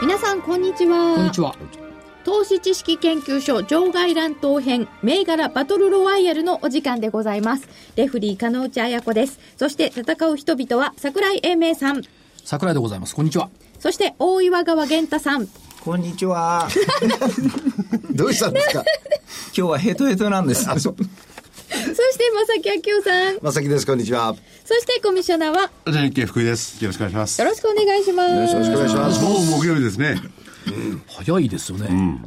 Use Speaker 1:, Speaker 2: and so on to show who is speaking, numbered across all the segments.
Speaker 1: 皆さんこんにちは
Speaker 2: こんにちは。
Speaker 1: 投資知識研究所場外乱闘編銘柄バトルロワイヤルのお時間でございますレフリー金内彩子ですそして戦う人々は桜井英明さん
Speaker 2: 桜井でございます。こんにちは。
Speaker 1: そして大岩川源太さん
Speaker 3: こんにちは。
Speaker 4: どうしたんですか
Speaker 3: 今日はヘトヘトなんです。
Speaker 1: そして正木明夫さん
Speaker 4: まさきです、こんにちは。
Speaker 1: そしてコミッショナーはよ
Speaker 5: 日経福井です。よろしくお願いします。
Speaker 1: ろしくお願いします
Speaker 4: よろしくお願いします。
Speaker 5: もう木曜日ですね。
Speaker 2: 早いですよね。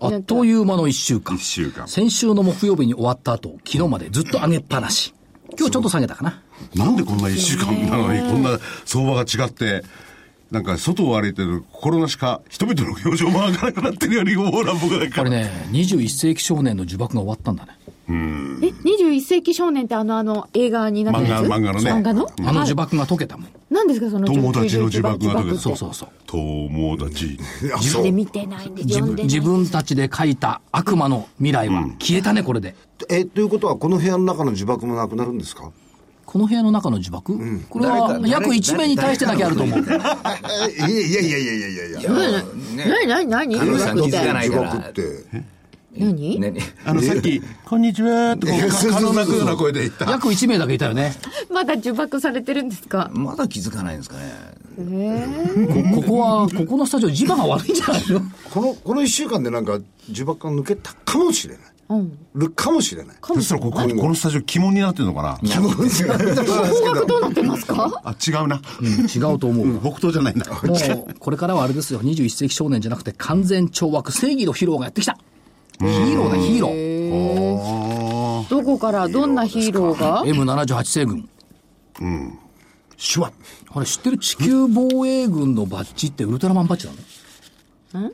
Speaker 2: あっという間の一週間。
Speaker 5: 一週間
Speaker 2: 先週の木曜日に終わった後、昨日までずっと上げっぱなし。今日ちょっと下げたかな。
Speaker 5: なんでこんな一週間なのに、こんな相場が違って、なんか外を歩いてる心なしか、人々の表情も上がらなくなってるように、ほら、僕なん
Speaker 2: こ
Speaker 5: か
Speaker 2: れ。ね、21世紀少年の呪縛が終わったんだね。
Speaker 1: え21世紀少年ってあのあの映画苦手なやつ
Speaker 5: 漫画漫画のね
Speaker 1: 漫画の
Speaker 2: あの呪縛が解けたもん。
Speaker 1: 何ですかその
Speaker 5: 友達の呪縛が解けた。
Speaker 2: そうそうそう。
Speaker 5: 友達。
Speaker 4: あ、そう。
Speaker 1: 見てないんで読んでない
Speaker 2: 自分たちで書いた悪魔の未来は消えたね、これで。
Speaker 4: え、ということは、この部屋の中の呪縛もなくなるんですか
Speaker 2: この部屋の中の呪縛、これは
Speaker 3: 誰か
Speaker 2: 約1名に対してだけあると思う。
Speaker 4: えいやいやいやいやいやいやいや。
Speaker 1: 何何何
Speaker 3: あのさ
Speaker 1: 何
Speaker 3: 気づかないから
Speaker 4: 呪縛って。
Speaker 1: 何
Speaker 3: ね
Speaker 5: あの、さっき、こんにちはって、
Speaker 4: いやそうそうそうそう
Speaker 5: なくような声で言った。
Speaker 2: 約1名だけいたよね。
Speaker 1: まだ呪縛されてるんですか
Speaker 3: まだ気づかないんですかね。
Speaker 2: こここは、ここのスタジオ磁場が悪いんじゃないの
Speaker 4: この、この一週間でなんか、呪縛が抜けたかもしれない。るかもしれない。
Speaker 5: そしたら、ここ、このスタジオ、鬼門になってるのかな
Speaker 4: 気持ちがあるんですけど。
Speaker 1: どうなってますか
Speaker 5: あ、違うな。
Speaker 2: 違うと思う。も
Speaker 5: 北東じ ゃないんだ。
Speaker 2: う、これからはあれですよ、21世紀少年じゃなくて完全懲悪、正義のヒーローがやってきた。ヒーローだ、ヒーロー。
Speaker 1: どこからどんなヒーローが
Speaker 2: M78 星軍。
Speaker 4: 手話。
Speaker 2: あれ知ってる地球防衛軍のバッジってウルトラマンバッジなの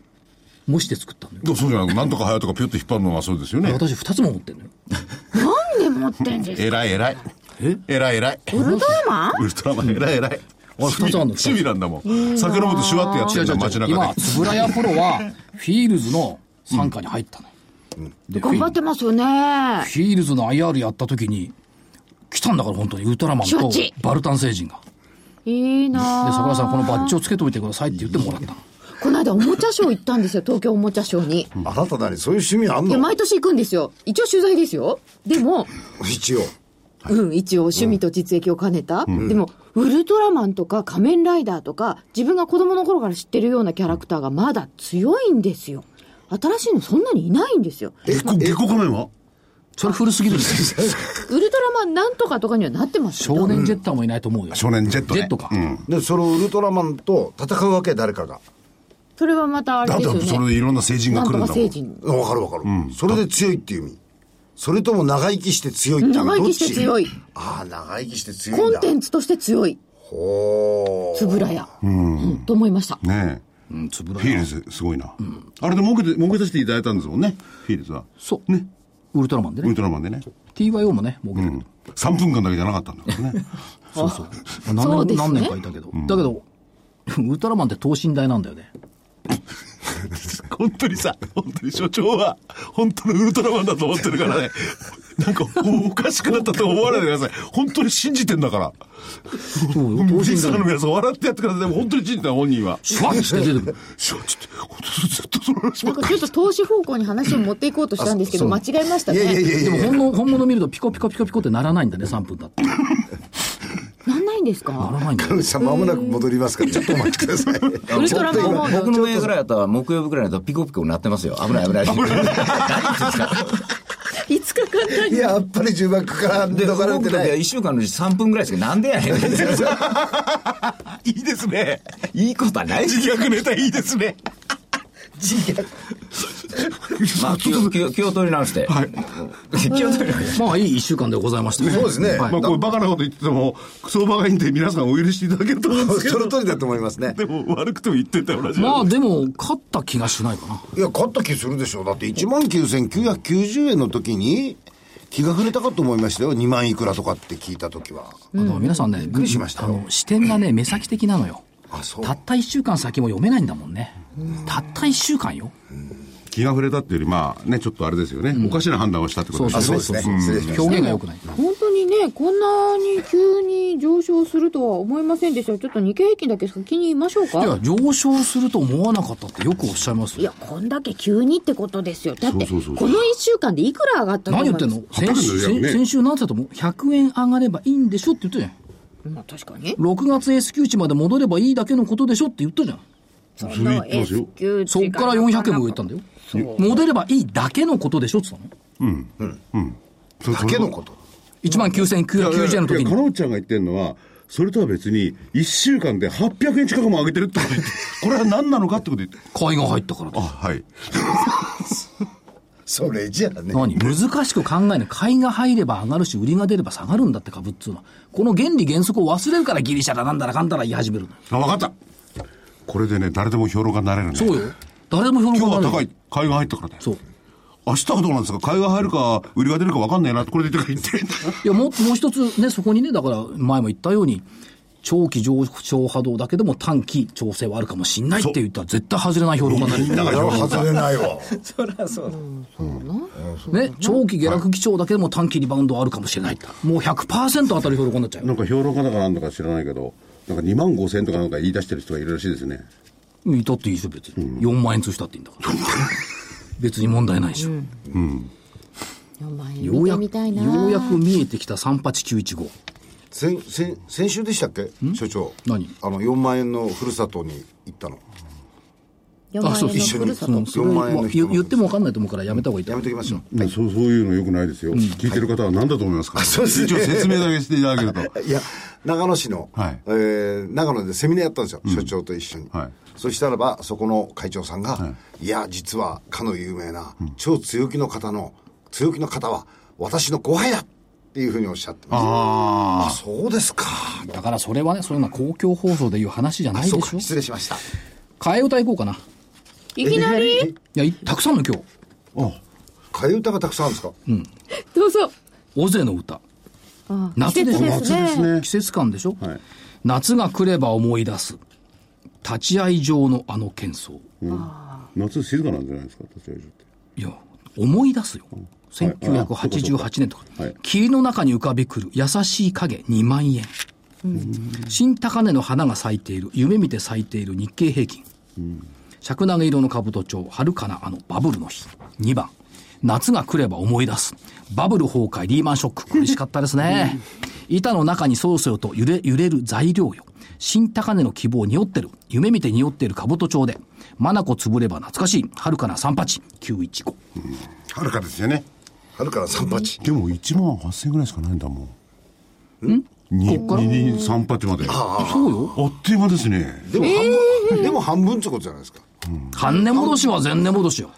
Speaker 2: 模して作ったのよ。
Speaker 5: でもそうじゃない。なんとか早とかピュッと引っ張るのはそうですよね。
Speaker 2: 私2つも持ってんのよ。
Speaker 1: 何で持ってんですか
Speaker 5: えらいえらい。えらいえらい。
Speaker 1: ウルトラマン
Speaker 5: ウルトラマンえらいえらい。
Speaker 2: あ二つあんの
Speaker 5: 趣味なんだもん。酒飲むとシュワってやってるんだ、街中
Speaker 2: 今、
Speaker 5: で。
Speaker 2: 円谷プロは、フィールズの傘下に入ったのよ。でフ
Speaker 1: 頑張ってますよね
Speaker 2: ィールズの IR やった時に、来たんだから本当に、ウルトラマン
Speaker 1: 承
Speaker 2: と
Speaker 1: 知
Speaker 2: バルタン星人が。
Speaker 1: いいな
Speaker 2: で、桜井さん、このバ
Speaker 1: ッ
Speaker 2: ッジをつけておいてくださいって言ってもらったの。
Speaker 1: この間おもちゃショー行ったんですよ東京おもちゃショーに
Speaker 4: あなたなりそういう趣味あん
Speaker 1: いや
Speaker 4: の
Speaker 1: 毎年行くんですよ一応取材ですよでも
Speaker 4: 一応。
Speaker 1: うん、一応趣味と実益を兼ねた。でも、ウルトラマンとか仮面ライダーとか、自分が子供の頃から知ってるようなキャラクターがまだ強いんですよ。新しいのそんなにいないんですよ。
Speaker 5: え、こ、下校仮面は
Speaker 2: それ古すぎるんですよ
Speaker 1: ウルトラマンなんとかとかにはなってますけ
Speaker 2: 少
Speaker 1: ど、
Speaker 2: 年ジェッターもいないと思うよ。
Speaker 5: 少年ジェットね。
Speaker 2: ジェットか
Speaker 5: うん。
Speaker 4: で、そのウルトラマンと戦うわけ、誰かが。
Speaker 1: それはまたあれ
Speaker 5: だ
Speaker 1: ですよ
Speaker 5: ってそれ
Speaker 1: ね。
Speaker 5: でいろんな成人
Speaker 1: な
Speaker 5: が
Speaker 1: ん
Speaker 5: 来る
Speaker 1: と
Speaker 5: ん
Speaker 1: か
Speaker 5: だも
Speaker 1: 成
Speaker 5: ん。
Speaker 1: 人。
Speaker 4: あわかるわかる、それで強いっていう意味。それとも長生きして強いっていう意味
Speaker 1: 長生きして強い
Speaker 4: どっちああ、長生きして強い
Speaker 1: コ
Speaker 4: ん
Speaker 1: ン
Speaker 4: だ。
Speaker 1: テンツとして強い。
Speaker 4: ほ
Speaker 1: つぶらや。うんと思いました。
Speaker 5: ねえ。フィールズ、すごいな。あれで儲けて、儲けさせていただいたんですもんね。フィールズは。
Speaker 2: そう。ね。ウルトラマンで
Speaker 5: ウル
Speaker 2: ね。
Speaker 5: トラマンでね。
Speaker 2: TYO もね、儲けて
Speaker 5: う
Speaker 2: る
Speaker 5: ん。3分間だけじゃなかったんだからね。
Speaker 2: そうそう。
Speaker 1: そ
Speaker 2: 何
Speaker 1: うで
Speaker 2: 年、
Speaker 1: すね
Speaker 2: 何年かいたけど。だけど、 ウルトラマンって等身大なんだよね。
Speaker 5: 本当にさ、本当に所長は、本当のウルトラマンだと思って るからね。なんか、おおかしくなったと思わないでください。本当に信じてんだから。
Speaker 2: そうよ、等
Speaker 5: リ
Speaker 2: 身
Speaker 5: スナーの
Speaker 2: 大。
Speaker 5: 皆さん笑ってやってください。でも本当に信じた本人は。
Speaker 2: シュワッして出てくる。
Speaker 5: しょちょっと、本当ずっとその話ば
Speaker 1: な
Speaker 5: っ
Speaker 1: んか
Speaker 5: か
Speaker 1: ちょっと投資方向に話を持っていこうとしたんですけど、間違えました
Speaker 4: う。いやいやい
Speaker 1: ね。
Speaker 4: やい
Speaker 2: でも
Speaker 4: や
Speaker 2: 本物、本物見るとピコピコピコピコってならないんだね、3分だって。な
Speaker 1: なんないんですから
Speaker 2: ないんだよ。
Speaker 4: 神さん、まもなく戻りますから、ちょっとお待ちください。
Speaker 1: ウルトラマンも
Speaker 3: 僕の銘柄やったら木曜日ぐらいだとピコピコなってますよ。危ない危ない。
Speaker 1: いつか簡単に。
Speaker 4: いや、やっぱり呪縛から
Speaker 3: で、
Speaker 4: 逃れ
Speaker 3: 動く
Speaker 4: て
Speaker 3: 時は
Speaker 4: ない。
Speaker 3: 1週間のうち3分ぐらいですけど、なんでやねん。
Speaker 5: いいですね。
Speaker 3: いいことはないです
Speaker 5: 自虐ネタいいですね。
Speaker 3: 自虐。 まあ、気を、気を、気を取り直して。はい。気を取り直して。
Speaker 2: まあいい一週間でございました。
Speaker 4: そうですね
Speaker 2: はい
Speaker 5: まあ、これバカなこと言ってても、相場がいいんで皆さんお許しいただけると思うんですけ
Speaker 4: そ
Speaker 5: ど
Speaker 4: の。通りだと思いますね
Speaker 5: でも、悪くても言ってたよ、同じ。
Speaker 2: まあでも、勝った気がしないかな。
Speaker 4: いや勝った気するでしょうだって1万9990円の時に気が触れたかと思いましたよ2万いくらとかって聞いた時は
Speaker 2: あとは皆さんね、
Speaker 4: くりしました
Speaker 2: あの視点がね、目先的なのよ。
Speaker 4: あそう
Speaker 2: たった1週間先も読めないんだもんね。たった1週間よ。
Speaker 5: 気が触れたっていうより、まあね、ちょっとあれですよね。おかしな判断をしたってことですよね。
Speaker 4: そうですね失礼しました
Speaker 2: 表現が良くない。
Speaker 1: 本当にね、こんなに急に上昇するとは思いませんでした。ちょっと日経平均だけ先に言いましょうか。
Speaker 2: いや、上昇すると思わなかったってよくおっしゃいます
Speaker 1: いや、
Speaker 2: よ。
Speaker 1: こんだけ急にってことですよ。だって、
Speaker 5: そうそうそ
Speaker 1: こ
Speaker 5: う
Speaker 1: の一週間でいくら上がったと
Speaker 2: 何
Speaker 1: 思い
Speaker 2: 言っ
Speaker 1: ます
Speaker 2: てんの先週、
Speaker 5: 800円だよね
Speaker 2: 先先週何て言ったと思う ?100 円上がればいいんでしょって言ったじゃん。
Speaker 1: まあ、確かに。
Speaker 2: 6月 S q 値まで戻ればいいだけのことでしょって言ったじゃん。
Speaker 1: そ
Speaker 5: それ言ってますよ
Speaker 1: S q
Speaker 2: そっから400円も上行ったんだよ。戻ればいいだけのことでしょって言ったの。
Speaker 5: そ
Speaker 4: だけのこと
Speaker 2: 19,990円の時
Speaker 5: いやいやいや
Speaker 2: に。
Speaker 5: 金内ちゃんが言ってるのは、それとは別に、1週間で800円近くも上げてるってこと言って、これは何なのかってこと言って。
Speaker 2: 買いが入ったからだ
Speaker 5: あ、はい。
Speaker 4: それじゃあね
Speaker 2: 何難しく考えない。買いが入れば上がるし、売りが出れば下がるんだって株っつうのは。この原理原則を忘れるからギリシャだなんだらかんだら言い始めるの。
Speaker 5: あ、わかった。これでね、誰でも評論家になれるん
Speaker 2: そうよ。誰でも評論家
Speaker 5: 今
Speaker 2: に
Speaker 5: 日
Speaker 2: な
Speaker 5: は
Speaker 2: る
Speaker 5: 高い。買いが入ったからね。
Speaker 2: そう。
Speaker 5: 明日はどうなんですか買いが入るか、売りが出るか分かんないなって、これで言ってるから言っ
Speaker 2: い
Speaker 5: て。
Speaker 2: や、もう、もう一つね、そこにね、だから前も言ったように、長期上昇波動だけでも短期調整はあるかもしんないって言ったら絶対外れない評論家になる。
Speaker 5: だから評論家。
Speaker 4: 外れないわ
Speaker 2: ね、長期下落基調だけでも短期リバウンドはあるかもしれない。もう100%当たる評論家になっちゃうよ。
Speaker 5: なんか評論家だかなんだか知らないけど、なんか2万5千とかなんか言い出してる人がいるらしいですね。
Speaker 2: いたっていいですよ、別 に。4万円通したっていいんだから。別に問題ないでしょ。
Speaker 1: 4万円
Speaker 2: よう
Speaker 1: 見
Speaker 2: やく、
Speaker 1: てみたいな。
Speaker 2: ようやく見えてきた38915。
Speaker 4: 先先先週でしたっけ所長
Speaker 2: 何
Speaker 4: あの4万円のふるさとに行ったの
Speaker 1: 4万円の
Speaker 2: あ
Speaker 4: そう
Speaker 1: ふる
Speaker 2: そ
Speaker 1: さと。
Speaker 2: の、それ
Speaker 4: 4万円の
Speaker 2: は
Speaker 4: 人
Speaker 2: 言言っても分かんないと思うからやめた方がいいと
Speaker 4: や
Speaker 2: 思
Speaker 4: め
Speaker 2: う
Speaker 4: ときましょう
Speaker 5: そうそういうのよくないですよ、聞いてる方は何だと思いますか、
Speaker 4: そうですね
Speaker 5: 一応説明だけしていただけると
Speaker 4: いや、長野市の、
Speaker 5: はい
Speaker 4: えー長野でセミナーやったんですよ、所長と一緒に。
Speaker 5: はい
Speaker 4: そしたらば、そこの会長さんが、い、や、実は、かの有名な、超強気の方の、強気の方は、私の後輩だっていうふうにおっしゃってました。あ
Speaker 5: あ
Speaker 4: そうですか。
Speaker 2: だからそれはね、そういうのは公共放送でいう話じゃない
Speaker 4: そう
Speaker 2: で
Speaker 4: か、
Speaker 2: しょ。
Speaker 4: 失礼しました。
Speaker 2: 替え歌いこうかな。い
Speaker 1: いきなり
Speaker 2: や、いたくさんの今日。
Speaker 4: 替え歌がたくさんあるんですか、
Speaker 1: どうぞ。
Speaker 2: 尾瀬の歌。夏でしょ
Speaker 1: 季節ですね。
Speaker 2: 季節感でしょ、
Speaker 5: はい
Speaker 2: 夏が来れば思い出す。立ち会い上のあの喧騒。
Speaker 5: あ夏静かなんじゃないですか立ち会い所って
Speaker 2: いや、思い出すよ。
Speaker 5: はいあ
Speaker 2: 1988年とか
Speaker 5: そうかはい。
Speaker 2: 霧の中に浮かびくる優しい影2万円。新高値の花が咲いている、夢見て咲いている日経平均。尺投げ色の兜町、遥かなあのバブルの日。2番。夏が来れば思い出す。バブル崩壊、リーマンショック。苦しかったですね。板の中にそろそろと揺れ、揺れる材料よ。新高値の希望匂ってる。夢見て匂ってる兜町で。マナコ潰れば懐かしい。遥かな38、915。
Speaker 5: はるかですよね
Speaker 4: 春から三八。
Speaker 5: でも1万8000ぐらいしかないんだもんん223八まであ
Speaker 2: そうよ。
Speaker 5: っという間ですね
Speaker 4: でも半分、でも半分ってことじゃないですか。
Speaker 2: 半値戻しは前値戻しよ。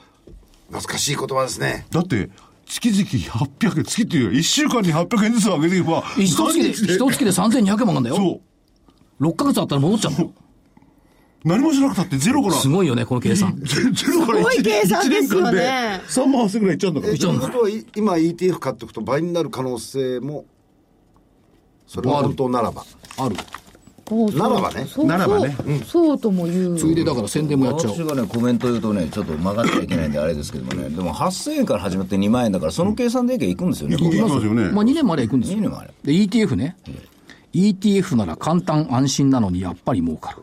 Speaker 4: 懐かしい言葉ですね。
Speaker 5: だって月々800円月っていう1週間に800円ずつ上げていけば
Speaker 2: 一月で、一月で3200円も上がんだよ。
Speaker 5: そう
Speaker 2: 6ヶ月あったら戻っちゃうの。
Speaker 5: 何もしなくたってゼロから
Speaker 2: すごいよね、この計算。
Speaker 5: ゼゼロから
Speaker 1: す
Speaker 5: 1
Speaker 1: ごい計算ですよね
Speaker 5: 3万8000ぐらいいっちゃうんだから
Speaker 4: えということは、い今 ETF 買っておくと倍になる可能性も、それは本当ならば。
Speaker 2: ある。
Speaker 1: おう
Speaker 4: ならばね
Speaker 1: そう
Speaker 5: ならばね
Speaker 1: そうそうとも言う。
Speaker 2: ついでだから宣伝もやっちゃ
Speaker 3: 私
Speaker 2: う。
Speaker 3: がね、コメント言うとね、ちょっと曲がっちゃいけないんで、あれですけどもね、でも8000円から始まって2万円だから、その計算でいけばいくんですよね、
Speaker 5: 行き
Speaker 3: 僕
Speaker 5: ますよね
Speaker 2: まあ2年まで行くんですよ。
Speaker 3: 2年まで
Speaker 2: で、ETF ね。ETF なら簡単安心なのにやっぱり儲かる。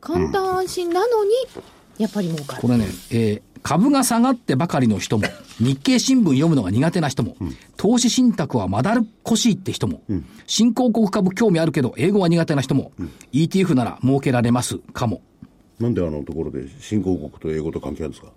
Speaker 1: 簡単安心なのに、やっぱり儲かる
Speaker 2: こ。れね、えー株が下がってばかりの人も、日経新聞読むのが苦手な人も、投資信託はまだるっこしいって人も、新興国株興味あるけど、英語は苦手な人も、ETF なら儲けられますかも。
Speaker 5: なんであのところで新興国と英語と関係あるんですか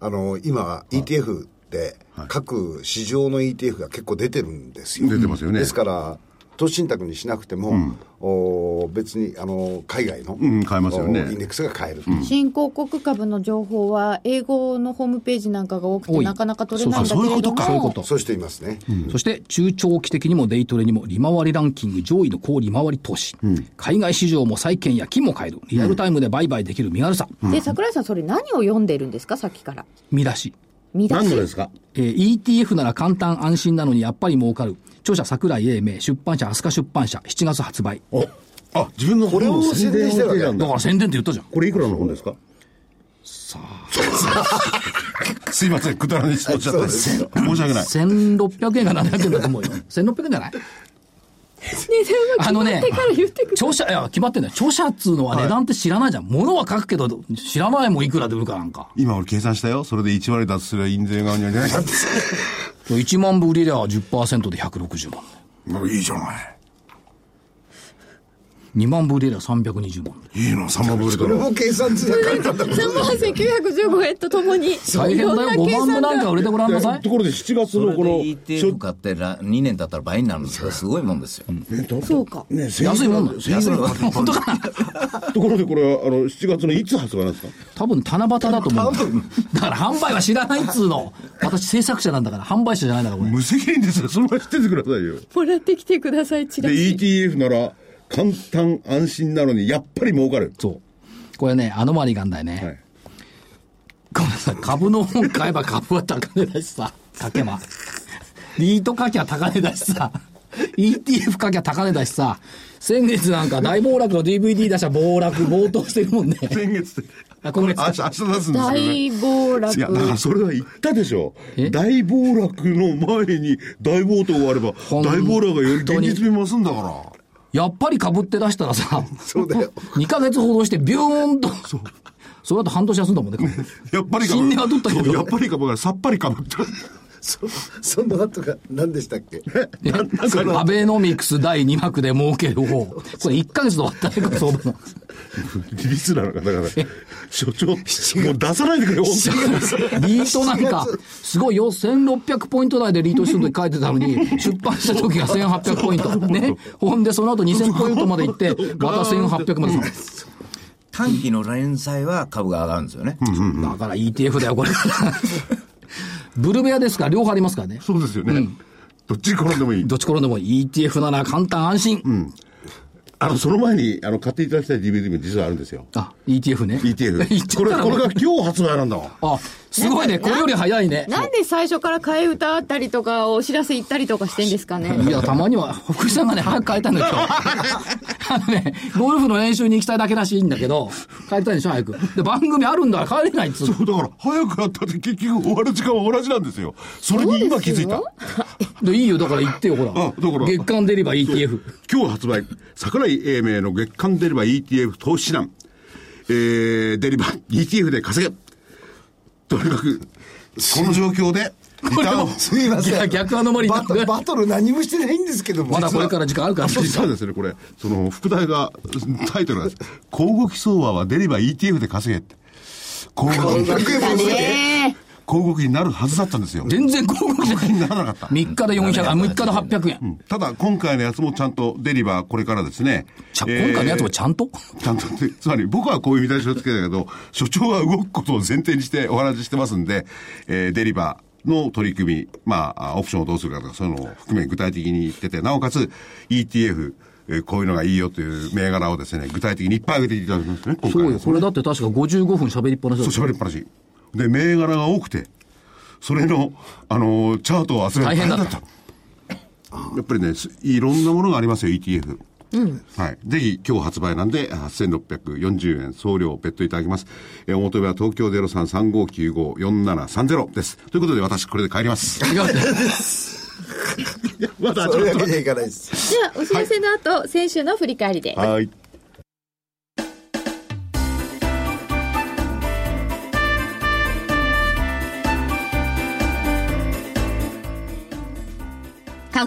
Speaker 4: あの今、ETF で、各市場の ETF が結構出てるんですよ。
Speaker 5: 出てますよね
Speaker 4: ですから、投資信託にしなくても、おー別にあの海外の、
Speaker 5: うん買えますよね
Speaker 4: おーインデックスが買える、
Speaker 1: 新興国株の情報は英語のホームページなんかが多くて
Speaker 2: 多い
Speaker 1: なかなか取れないんだ
Speaker 2: そ
Speaker 1: け
Speaker 2: うそう
Speaker 1: れ
Speaker 2: そういうこと
Speaker 1: ど
Speaker 2: かそういうこ
Speaker 1: も
Speaker 2: と
Speaker 4: そういう人いますね、
Speaker 2: そして中長期的にもデイトレにも利回りランキング上位の高利回り投資、海外市場も債券や金も買えるリアルタイムで売買できる身軽さ、
Speaker 1: で桜井さんそれ何を読んでるんですかさっきから
Speaker 2: 見出し、
Speaker 1: 見出し
Speaker 5: 何の ですか
Speaker 2: えー ETF なら簡単安心なのにやっぱり儲かる著者桜井英明出版社飛鳥出版社7月発売
Speaker 5: おあ、自分の
Speaker 4: これを宣伝してるわけ
Speaker 5: なん
Speaker 2: だ
Speaker 5: だ
Speaker 2: か。ら宣伝って言ったじゃん
Speaker 5: これいくらの本ですか
Speaker 6: すいません、くだらない質問しちゃっ
Speaker 4: そう
Speaker 6: て。
Speaker 4: です
Speaker 6: 申し訳ない。
Speaker 2: 1600円か700円だと思うよ1600円じゃないあのね、調査、いや、決まってんだよ。著者っつうのは値段って知らないじゃん。物は書くけど、知らないもんいくらで売るかなんか。
Speaker 6: 今俺計算したよ。それで1割脱すれば印税がにゃにゃにゃって。
Speaker 2: 1万部売りりゃ10%で160万。
Speaker 6: もういいじゃない。
Speaker 2: 2万部売りりゃ320万。
Speaker 6: いいの、サマブル
Speaker 4: そ
Speaker 6: だ
Speaker 4: れ
Speaker 6: ろ。
Speaker 4: も計算通なかったんだ
Speaker 1: 3万8915円とともに
Speaker 2: 大変だよ。5万部なんか売れてごらんなさい
Speaker 5: と。ころで7月
Speaker 3: それ
Speaker 5: の
Speaker 3: で
Speaker 5: この、
Speaker 3: ETF 買ってら2年経ったら倍になるんですからすごいもんですよ。
Speaker 1: そうか
Speaker 5: ね、
Speaker 2: 安いもんなん
Speaker 5: で
Speaker 2: ですすよ。
Speaker 3: 安いもんなんですよ
Speaker 2: 本当かな
Speaker 5: ところでこれは、あの、7月のいつ発売なんですか
Speaker 2: 多分七夕だと思う。だから販売は知らないっつうの。私制作者なんだから、販売者じゃないんだから、これ。
Speaker 6: 無責任ですよ。
Speaker 5: そのまま知っててくださいよ。
Speaker 1: もらってきてくださいチ
Speaker 5: で、
Speaker 1: ラシ
Speaker 5: ETF なら、簡単安心なのに、やっぱり儲かる。
Speaker 2: そう。これね、アノマリがあんだよね。
Speaker 5: はい。
Speaker 2: ごめんなさい、株の本買えば株は高値だしさ、書けば。リート書きゃ高値だしさ、ETF 書きゃ高値だしさ、先月なんか大暴落の DVD 出した暴落、暴騰してるもんね。
Speaker 6: 先月って。
Speaker 2: あ今月
Speaker 6: 明日、明日出すんですよ、ね。
Speaker 1: 大暴落
Speaker 6: いや
Speaker 5: だからそれは言ったでしょ
Speaker 2: え。
Speaker 5: 大暴落の前に大暴騰があれば、
Speaker 2: ん
Speaker 5: 大暴落がより現実
Speaker 6: 実味増すんだから。
Speaker 2: やっぱり株って出したらさ、
Speaker 4: そうだよ
Speaker 2: 2ヶ月ほどしてビューンと。そう。その後半年休んだもんね。
Speaker 6: やっぱり
Speaker 2: 新年は取ったけ
Speaker 6: そうや
Speaker 2: ど
Speaker 6: っ。ぱり株がさっぱり株って。
Speaker 4: そ その後が何でしたっけ
Speaker 2: ねアベノミクス第2幕で儲ける方。これ1ヶ月で終わったね、この相場の。
Speaker 5: リスナーの方々、所長、もう出さないでくれよ、本当に。
Speaker 2: リートなんか、すごいよ、1600ポイント台でリートしてる時書いてたのに、出版した時が1800ポイント。ね。ほんで、その後2000ポイントまで行って、また1800まで下
Speaker 3: 短期の連載は株が上がるんですよね。
Speaker 2: がるだから ETF だよ、これ。ブルベアですから、両方ありますからね。
Speaker 6: そうですよね。どっちに転んでもいい。
Speaker 2: どっち転んでも ETF なら簡単安心。
Speaker 5: あの、その前に、あの、買っていただきたい DVD も実はあるんですよ。
Speaker 2: あ、ETF ね。 言っ
Speaker 5: ETF。
Speaker 2: ち
Speaker 5: こ
Speaker 2: ゃっ
Speaker 5: れ、
Speaker 2: たら
Speaker 5: これが今日発売なんだわ。
Speaker 2: あ、すごいね。これより早いね。
Speaker 1: なんで最初から替え歌あったりとかお知らせ行ったりとかしてんですかね
Speaker 2: いや、たまには、福井さんがね、早く帰ったんだけど、あのね、ゴルフの練習に行きたいだけらしいんだけど、帰りたいんでしょ、早く。で、番組あるんだから帰れないっつうの
Speaker 6: そうだから、早くやったって結局終わる時間は同じなんですよ。それに今気づいた。
Speaker 2: で、いいよ、だから行ってよ、ほら。
Speaker 5: あだから
Speaker 2: 月間出れば ETF。
Speaker 5: 今日発売、桜井英明の月間デリバー ETF 投資指南。えー、デリバー ETF で稼げ。とにかく、この状況で、リターンを。
Speaker 4: すみま
Speaker 2: い
Speaker 4: せ
Speaker 2: や
Speaker 4: ん
Speaker 2: 逆アノマリー
Speaker 4: バト
Speaker 2: なんだ
Speaker 4: バトル何もしてないんですけども
Speaker 2: まだこれから時間あるから、
Speaker 5: 実はですね、これ、その、副題が、タイトルがです、交互期相場はデリバー ETF で稼げって。交互期、
Speaker 4: 楽屋も
Speaker 1: え
Speaker 6: 広告になるはずだったんですよ。
Speaker 2: 全然広告じゃない。
Speaker 6: ならなかった。
Speaker 2: 3日で400、あ、6日で800円。
Speaker 5: ただ、今回のやつもちゃんとデリバー、これからですね。
Speaker 2: ちゃ、
Speaker 5: えー
Speaker 2: 今回のやつもちゃんと、
Speaker 5: ちゃんとね、つまり僕はこういう見出しをつけたけど、所長は動くことを前提にしてお話ししてますんで、えーデリバーの取り組み、まあ、あオプションをどうするかとか、そういうのを含め具体的に言ってて、なおかつ ETF、えーこういうのがいいよという銘柄をですね、具体的にいっぱい上げていただきますね、今
Speaker 2: そ
Speaker 5: 回
Speaker 2: う
Speaker 5: は
Speaker 2: よ、これだって確か55分喋りっぱなしだった
Speaker 5: そう、喋りっぱなし。で、銘柄が多くて、それの、あのーチャートを集めるの
Speaker 2: 大変だった
Speaker 5: やっぱりね、すいろんなものがありますよ、ETF。はい。ぜひ、今日発売なんで、8640円、送料別途いただきます。えー、お求めは東京0335954730です。ということで、私、これで帰ります。
Speaker 2: 違うって。
Speaker 5: まだ
Speaker 4: それだけじゃいかないです
Speaker 1: ー、じゃあお知らせの後、先週の振り返りで
Speaker 5: はい。
Speaker 7: 花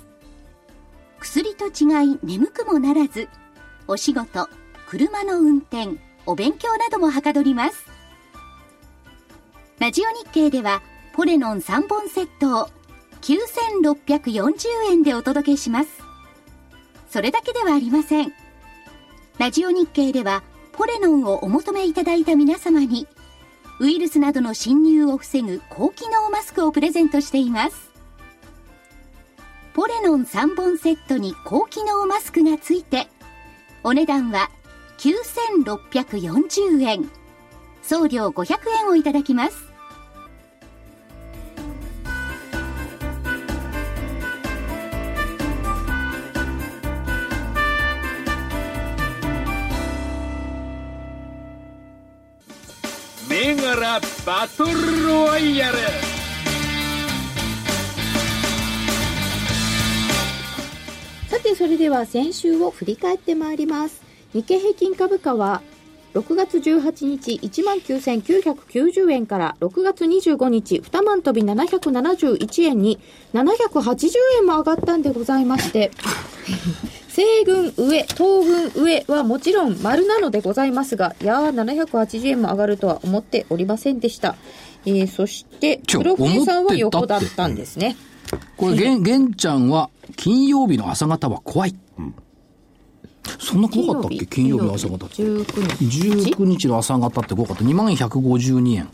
Speaker 7: 薬と違い眠くもならずお仕事車の運転お勉強などもはかどりますラジオ日経ではポレノン3本セットを9640円でお届けしますそれだけではありませんラジオ日経ではポレノンをお求めいただいた皆様にウイルスなどの侵入を防ぐ高機能マスクをプレゼントしていますポレノン3本セットに高機能マスクがついてお値段は9640円送料500円をいただきます
Speaker 8: 銘柄バトルロワイヤル
Speaker 1: さてそれでは先週を振り返ってまいります日経平均株価は6月18日1万9990円から6月25日2万飛び771円に780円も上がったんでございまして西軍上東軍上はもちろん丸なのでございますがいやー780円も上がるとは思っておりませんでした、えー、そして
Speaker 2: ちょ
Speaker 1: 黒船さんは横
Speaker 2: 思ってたっ
Speaker 1: だ
Speaker 2: て
Speaker 1: ったんですね
Speaker 2: これ、げん、げんちゃんは、金曜日の朝方は怖い。そんな怖かったっけ金曜日の朝方って。
Speaker 1: 19日
Speaker 2: 19日の朝方って怖かった。21,152円。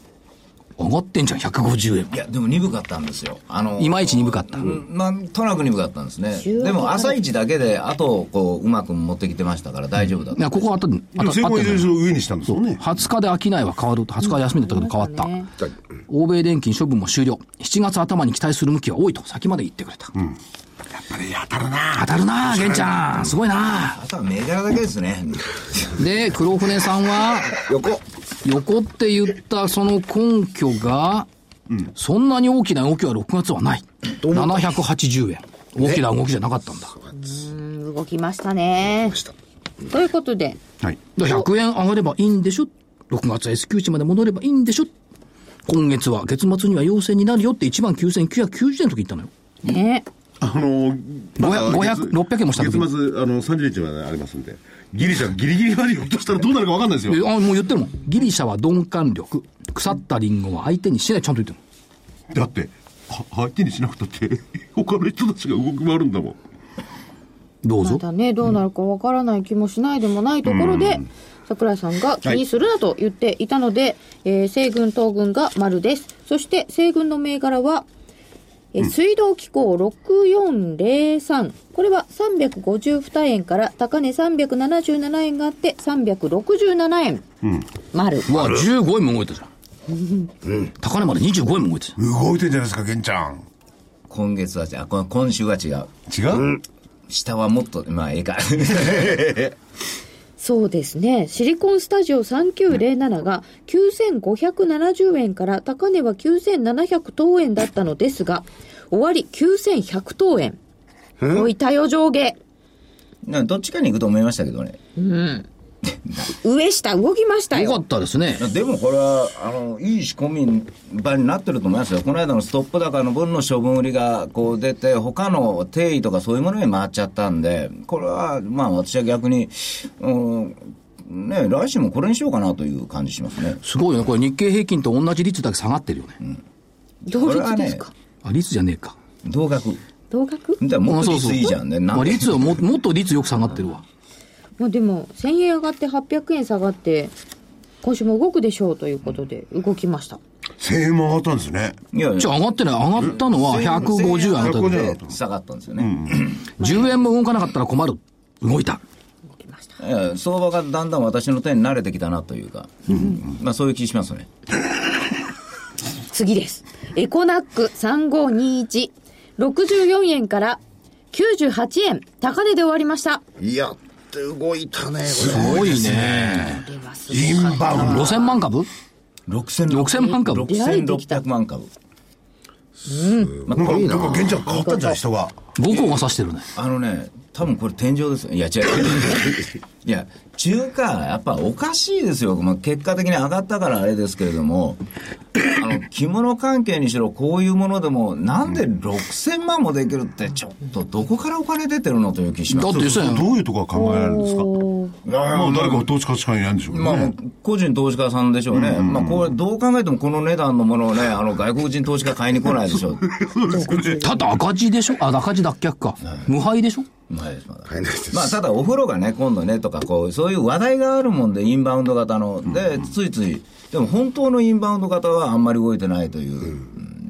Speaker 2: 上がってんじゃん、150円
Speaker 3: い。や、でも鈍かったんですよ。あの、
Speaker 2: いまいち鈍かった
Speaker 3: うんなんとなく鈍かったんですね。
Speaker 1: 18
Speaker 3: でも、朝一だけで、あと、こう、うまく持ってきてましたから大丈夫だっ
Speaker 2: い
Speaker 3: た。
Speaker 2: や、ここは当たって、
Speaker 5: でも
Speaker 2: 当
Speaker 5: 成
Speaker 2: たっ
Speaker 5: 功いず
Speaker 2: て
Speaker 5: れに
Speaker 2: ない
Speaker 5: しろ上にしたんですよね。
Speaker 2: 20日で商いは変わると、20日休みだったけど変わった。欧米電金処分も終了。7月頭に期待する向きは多いと先まで言ってくれた。やっぱり当たるな当たるな玄ちゃん。すごいな
Speaker 3: あとは銘柄だけですね。
Speaker 2: で、黒船さんは、
Speaker 4: 横
Speaker 2: 横って言ったその根拠が、そんなに大きな動きは6月はない。780円。大きな動きじゃなかったんだ。
Speaker 1: うん動きましたねということで
Speaker 5: はい。
Speaker 2: だから100円上がればいいんでしょ ?6 月 S q 値まで戻ればいいんでしょ今月は月末には陽性になるよって1万9990円の時言ったのよ。
Speaker 1: ね
Speaker 5: あの、
Speaker 2: 500 600円もした
Speaker 5: 月
Speaker 2: 時
Speaker 5: 末、あの、30日までありますんで、ギリシャギリギリまで落としたらどうなるかわかんないです
Speaker 2: え
Speaker 5: よ。
Speaker 2: あ、もう言ってるもん。ギリシャは鈍感力。腐ったリンゴは相手にしない。ちゃんと言ってる
Speaker 5: だって、は相手にしなくたって、 他の人たちが動き回るんだもん。
Speaker 2: の。どう
Speaker 1: ま
Speaker 2: ぞ。
Speaker 1: だねどうなるかわからない気もしないでもないところで、桜井さんが気にするなと言っていたので、えー西軍東軍が丸ですそして西軍の銘柄は、えー水道機構6403これは352円から高値377円があって367円、丸
Speaker 2: うわ、15円も動いたじゃん。高値まで25円も動いたじゃん。
Speaker 9: 動いてんじゃないですか、玄ちゃん。
Speaker 3: 今月は違う。あこ今週は違う。
Speaker 9: 違う、
Speaker 3: 下はもっと、まあ、ええか。
Speaker 1: そうですね。シリコンスタジオ3907が9570円から高値は9700等円だったのですが、終わり9100等円。おいたよ上下。
Speaker 3: などっちかに行くと思いましたけどね。
Speaker 1: 上下動きました
Speaker 2: よか
Speaker 1: よ。
Speaker 2: ったですね。
Speaker 3: でもこれは、あの、いい仕込み場になってると思いますよ。この間のストップ高の分の処分売りがこう出て、他の定位とかそういうものに回っちゃったんで、これは、まあ私は逆に、うん、ね、来週もこれにしようかなという感じしますね。
Speaker 2: すごいよね。これ日経平均と同じ率だけ下がってるよね。
Speaker 1: 同率ですか
Speaker 3: こ。
Speaker 2: あ、率じゃねえか。
Speaker 3: 同額。
Speaker 1: 同額
Speaker 3: だからも
Speaker 2: あ
Speaker 3: っと
Speaker 2: そう
Speaker 3: 安
Speaker 2: そう
Speaker 3: いじゃんね。な
Speaker 2: まあ、
Speaker 3: んで
Speaker 2: 率はも、もっと率よく下がってるわ。
Speaker 1: まあでも、1000円上がって800円下がって、今週も動くでしょうということで動きました。
Speaker 9: 1000円も上がったんですね。
Speaker 3: いやいや
Speaker 2: じゃあ上がってない。上がったのは150円上がったの
Speaker 5: 150円
Speaker 3: で下がったんですよね。
Speaker 2: 10円も動かなかったら困る。動いた。
Speaker 3: いや相場がだんだん私の手に慣れてきたなというか、まあそういう気しますね。
Speaker 1: 次です。エコナック3521。64円から98円。高値で終わりました。
Speaker 4: いや動いたね
Speaker 2: すごいね。
Speaker 1: ではす
Speaker 9: インバウンド。
Speaker 2: 5000万株
Speaker 3: 6600
Speaker 2: ?6000 万株
Speaker 1: 出会えてきた
Speaker 3: 6600万株。まあ
Speaker 4: なん
Speaker 3: こ
Speaker 4: か、
Speaker 3: れ
Speaker 4: なんか、玄ちゃん変わったんじゃない人が。
Speaker 2: 母校が指してるね。
Speaker 3: あのね、多分これ天井ですよ。い や、違う。いや、中華、やっぱおかしいですよ。まあ、結果的に上がったからあれですけれども、あの、着物関係にしろ、こういうものでも、なんで6000万もできるって、ちょっと、どこからお金出てるのという気しま
Speaker 2: だっ
Speaker 3: す。
Speaker 2: て
Speaker 5: そ
Speaker 2: さ
Speaker 5: う、どういうところが考えられるんですかもう誰か投資家しかいないんでしょうね。
Speaker 3: まあ、個人投資家さんでしょうね。まあ、これ、どう考えてもこの値段のものをね、あの、外国人投資家買いに来ないでしょう。
Speaker 2: ただ赤字でしょあ、赤字脱却か。無敗でしょ
Speaker 3: ないですまだ
Speaker 4: 買えないです
Speaker 3: まあ、ただお風呂がね、今度ねとか、こう、そういう話題があるもんで、インバウンド型の。で、ついつい。でも本当のインバウンド型はあんまり動いてないという。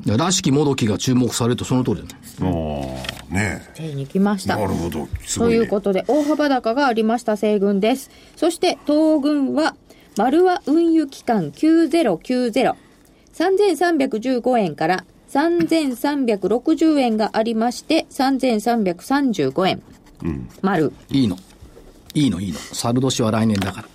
Speaker 2: いやらしきもどきが注目されるとその通りだね。
Speaker 5: あねえ。
Speaker 1: 手に来ました
Speaker 5: なるほど。すご
Speaker 1: と
Speaker 5: い、
Speaker 1: い
Speaker 5: ね。
Speaker 1: うことで大幅高がありました西軍ですそして東軍は丸和運輸期間90903315円から3360円がありまして3335円、丸
Speaker 2: いいの。いいの、いいの。猿年は来年だから。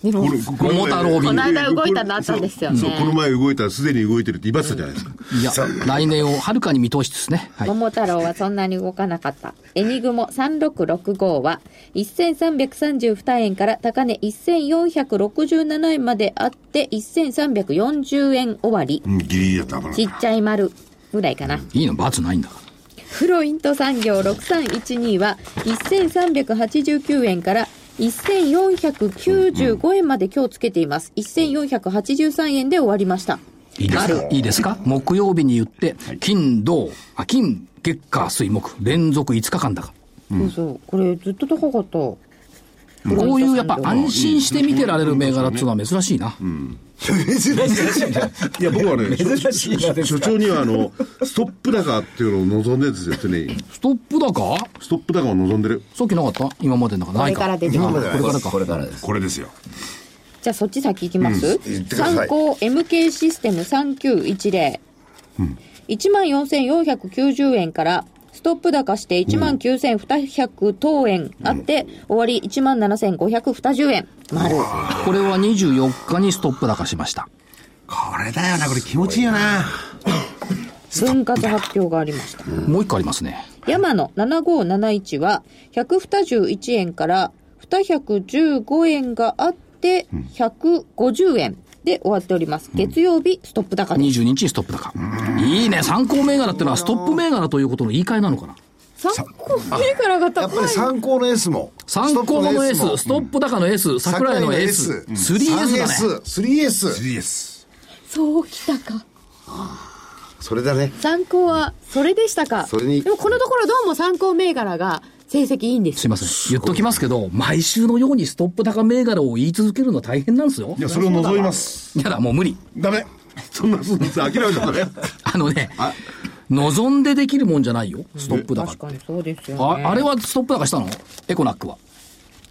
Speaker 5: これこれ
Speaker 2: 桃太郎瓶
Speaker 1: この間動いたのあったんですよね
Speaker 5: そう、この前動いたらすでに動いてるって言いましたじゃないですか。
Speaker 2: いや、来年をはるかに見通しですね。はい。
Speaker 1: 桃太郎はそんなに動かなかった。エニグモ3665は1332円から高値1467円まであって1340円終わり。
Speaker 5: うん、ギリギリだったかな。
Speaker 1: ちっちゃい丸ぐらいかな。
Speaker 2: いいの、罰ないんだか
Speaker 1: フロイント産業6312は1389円から1495円まで今日つけています。1483円で終わりまし
Speaker 2: ら。
Speaker 1: た。
Speaker 2: いいですかいいですか木曜日に言って、金、土、あ、金、月火、水、木、連続5日間だか
Speaker 1: そうそう。これずっと高かった。
Speaker 2: ら。こういうやっぱ安心して見てられる銘柄っていうのは珍しいな。
Speaker 5: いや、僕はね、
Speaker 3: 珍しいなです
Speaker 5: 所長にはあの、ストップ高っていうのを望んでるんですよ、常に。
Speaker 2: ストップ高
Speaker 5: ストップ高を望んでる。
Speaker 2: さっきなかった今までの中ないか。
Speaker 1: これから出てくる
Speaker 2: あこれからか
Speaker 3: こ。れからです。
Speaker 5: これですよ。
Speaker 1: じゃあそっち先行きます、
Speaker 4: 言ってください
Speaker 1: 参考 MK システム3910。1万4490円から、ストップ高して1万9200等円あって、終わり1万7520円。丸。
Speaker 2: これは24日にストップ高しました。
Speaker 5: これだよな、これ気持ちいいよな。
Speaker 1: 分割発表がありました。
Speaker 2: もう一個ありますね。
Speaker 1: 山野7571は、121円から215円があって、150円で終わっております。月曜日、ストップ高です。
Speaker 2: 22日にストップ高。いいね。参考銘柄ってのはストップ銘柄ということの言い換えなのかな。
Speaker 1: 参考銘柄が
Speaker 4: や
Speaker 1: 高
Speaker 4: っぱり参考の S も。
Speaker 2: 参考の S、ストップ高の S、桜井の S、3S だね。
Speaker 4: 3S。
Speaker 5: いいです。
Speaker 1: そうきたか。
Speaker 4: それだね。
Speaker 1: 参考は、それでしたか。
Speaker 4: それに
Speaker 1: でもこのところどうも参考銘柄が成績いいんです
Speaker 2: すいません。言っときますけど、毎週のようにストップ高銘柄を言い続けるの大変なんですよ
Speaker 5: い。や、それを望みます。
Speaker 2: いやだ、もう無理。
Speaker 5: ダメ。そんな、そんな、諦めたね。
Speaker 2: あのね、望んでできるもんじゃないよ。ストップ高っ
Speaker 1: 確
Speaker 2: て
Speaker 1: か。にそうですよね。
Speaker 2: ああれはストップ高したのエコナックは。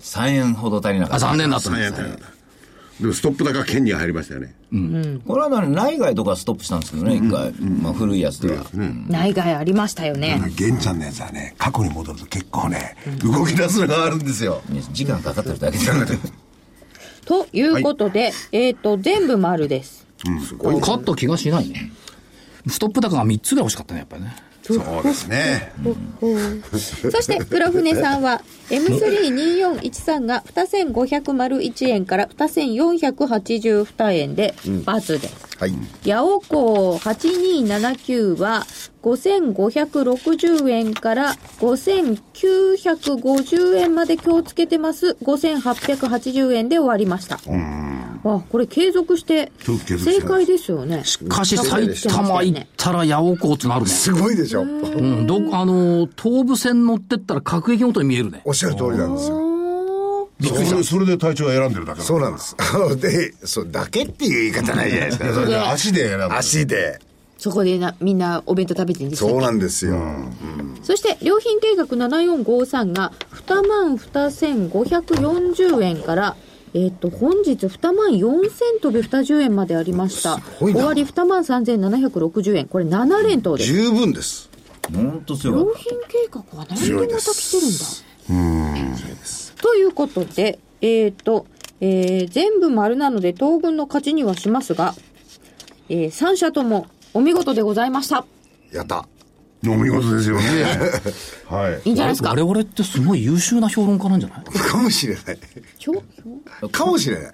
Speaker 3: 3円ほど足りなか
Speaker 2: あ、
Speaker 3: った。
Speaker 2: 残念だった
Speaker 5: 大
Speaker 2: ね
Speaker 5: 変。だよなでも、ストップ高県に入りましたよね。
Speaker 3: これはだから内外とかストップしたんですけどね、一回。まあ、古いやつでは。
Speaker 1: 内外ありましたよね。
Speaker 5: 玄ちゃんのやつはね、過去に戻ると結構ね、動き出すのがあるんですよ。
Speaker 3: いや時間かかってるだけじゃなくて。
Speaker 1: ということで、えっ、と、全部丸です。
Speaker 2: 勝った気がしないね。ストップ高が3つぐらい欲しかったね、やっぱりね。
Speaker 5: そうですね。
Speaker 1: そして黒船さんは M32413 が2501円から2482円でバツです。
Speaker 4: はい。
Speaker 1: ヤオコー8279は5560円から5950円まで今日つけてます。5880円で終わりました。あ、これ継続して
Speaker 5: そう継続して
Speaker 1: 正解ですよね。
Speaker 2: しかし埼玉行ったら八百ってなるね。
Speaker 4: すごいでしょ。
Speaker 2: うん、ど、あのー、東武線乗ってったら各駅ごとに見えるね
Speaker 4: お。っしゃる通りなんですよ。
Speaker 5: それそれで体調を選んでるだけ
Speaker 4: そうなんです。 で、そう、だけっていう言い方ないじゃないですか。
Speaker 5: だから足で選ぶ。
Speaker 4: 足で。
Speaker 1: そこでな、みんなお弁当食べてるんです
Speaker 4: そうなんですよ。
Speaker 1: そして、良品計画7453が2万2540円から、えっ、と、本日2万4000飛び20円までありました。
Speaker 4: ごい
Speaker 1: 終
Speaker 4: な
Speaker 1: わり2万3760円。これ7連投です。
Speaker 4: 十分です。
Speaker 3: ほんと強か
Speaker 1: 良
Speaker 3: っ
Speaker 1: 品計画は何でまた来てるんだ
Speaker 4: 強いです
Speaker 1: ということで、えっ、と、えー全部丸なので、東軍の勝ちにはしますが、え3社ともお見事でございました。
Speaker 4: やった。
Speaker 5: お見事ですよ ね。はい。
Speaker 1: いいんじゃないですか
Speaker 2: 我。々ってすごい優秀な評論家なんじゃない
Speaker 4: かもしれない。
Speaker 1: 評
Speaker 4: かもしれない。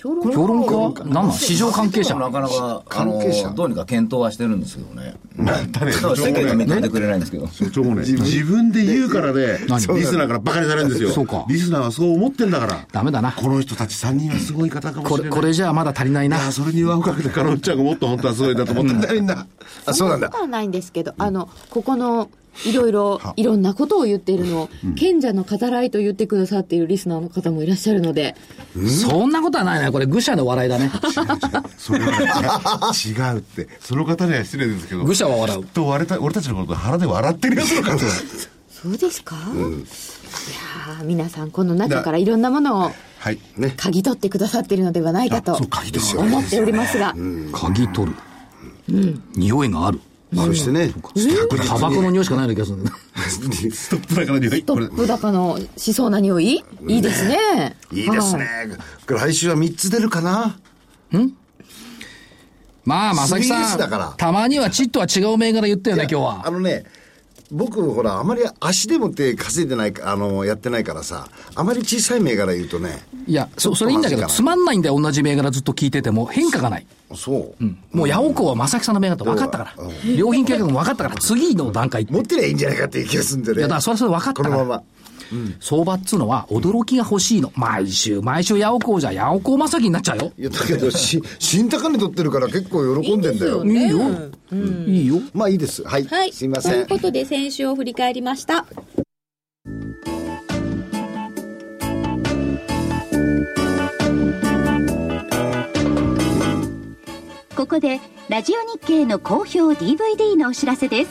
Speaker 1: 評論
Speaker 2: 評論家なんなん市場関係者
Speaker 3: なかなか、あ
Speaker 4: 関係者
Speaker 3: の、どうにか検討はしてるんですけどね。
Speaker 5: 誰
Speaker 3: ただ世間が認めてくれないんですけど。
Speaker 5: 所長もね、自分で言うからで、リ
Speaker 2: 何
Speaker 5: スナーからバカにされるんですよ。
Speaker 2: そうか
Speaker 5: リスナーはそう思ってんだから。
Speaker 2: ダメだな
Speaker 5: この人たち3人はすごい方かもし
Speaker 2: こ
Speaker 5: れな
Speaker 2: れ
Speaker 5: い。
Speaker 2: これじゃまだ足りない
Speaker 5: い
Speaker 2: な
Speaker 5: や、それに輪をかけたカロンちゃんがもっと本当はすごいんだと思ったんだよ、みんな。
Speaker 4: あ、そうなんだ
Speaker 1: こと。はないんですけど、あの、ここの、いろいろ、いろんなことを言っているのを、賢者の語らいと言ってくださっているリスナーの方もいらっしゃるので、
Speaker 2: そんなことはないなこれ愚者の笑いだ ね
Speaker 5: それは違う違うって。その方には失礼ですけど。
Speaker 2: 愚者は笑う
Speaker 5: と割れた俺たちのこと腹で笑ってるやつの方
Speaker 1: そうですか、いやー皆さん、この中からいろんなものを
Speaker 5: はい。
Speaker 4: ね。
Speaker 1: 嗅ぎ取ってくださっているのではないかと
Speaker 5: そう、鍵ですよね。
Speaker 1: 思っておりますが、
Speaker 2: 鍵取る、匂いがある
Speaker 4: そしてね、
Speaker 2: タバコの匂いしかないような気がするんだ
Speaker 5: ストップだから匂い。
Speaker 1: ト
Speaker 5: これ
Speaker 1: ップ高のしそうな匂い、いいですね。
Speaker 4: いいですね
Speaker 1: は。
Speaker 4: 来週は3つ出るかな
Speaker 2: まあ正木さ
Speaker 4: 3S だから
Speaker 2: んたまにはチッとは違う銘柄言ったよね今日
Speaker 4: あ
Speaker 2: は
Speaker 4: のね、僕、ほら、あまり足でもって稼いでないか、あの、やってないからさ、あまり小さい銘柄言うとね、
Speaker 2: いやそそれいいんだけ
Speaker 4: ちょ
Speaker 2: ど
Speaker 4: っとまずいかな
Speaker 2: つまんないんだよ同じ銘柄ずっと聞いてても変化がない
Speaker 4: そう。
Speaker 2: もう八百子は正木さんの銘柄と分かったから良品計画も分かったから次の段階って
Speaker 4: 持ってりゃいいんじゃないかっていう気がするんでね。
Speaker 2: いやだからそれはそれ分かった
Speaker 4: こ
Speaker 2: から
Speaker 4: のまま。
Speaker 2: 相場っつうのは驚きが欲しいの毎週毎週八百子じゃ八百子正樹になっちゃうよ
Speaker 4: いや、だ けど、し、新高値取ってるから結構喜んでんだよ。
Speaker 2: いいよ、いいよ
Speaker 4: まあいいです。はい。
Speaker 10: はい。
Speaker 4: すいま
Speaker 10: と
Speaker 4: せ
Speaker 10: い
Speaker 4: ん
Speaker 10: う。ことで、先週を振り返りました。
Speaker 7: ここでラジオ日経の好評 DVD のお知らせです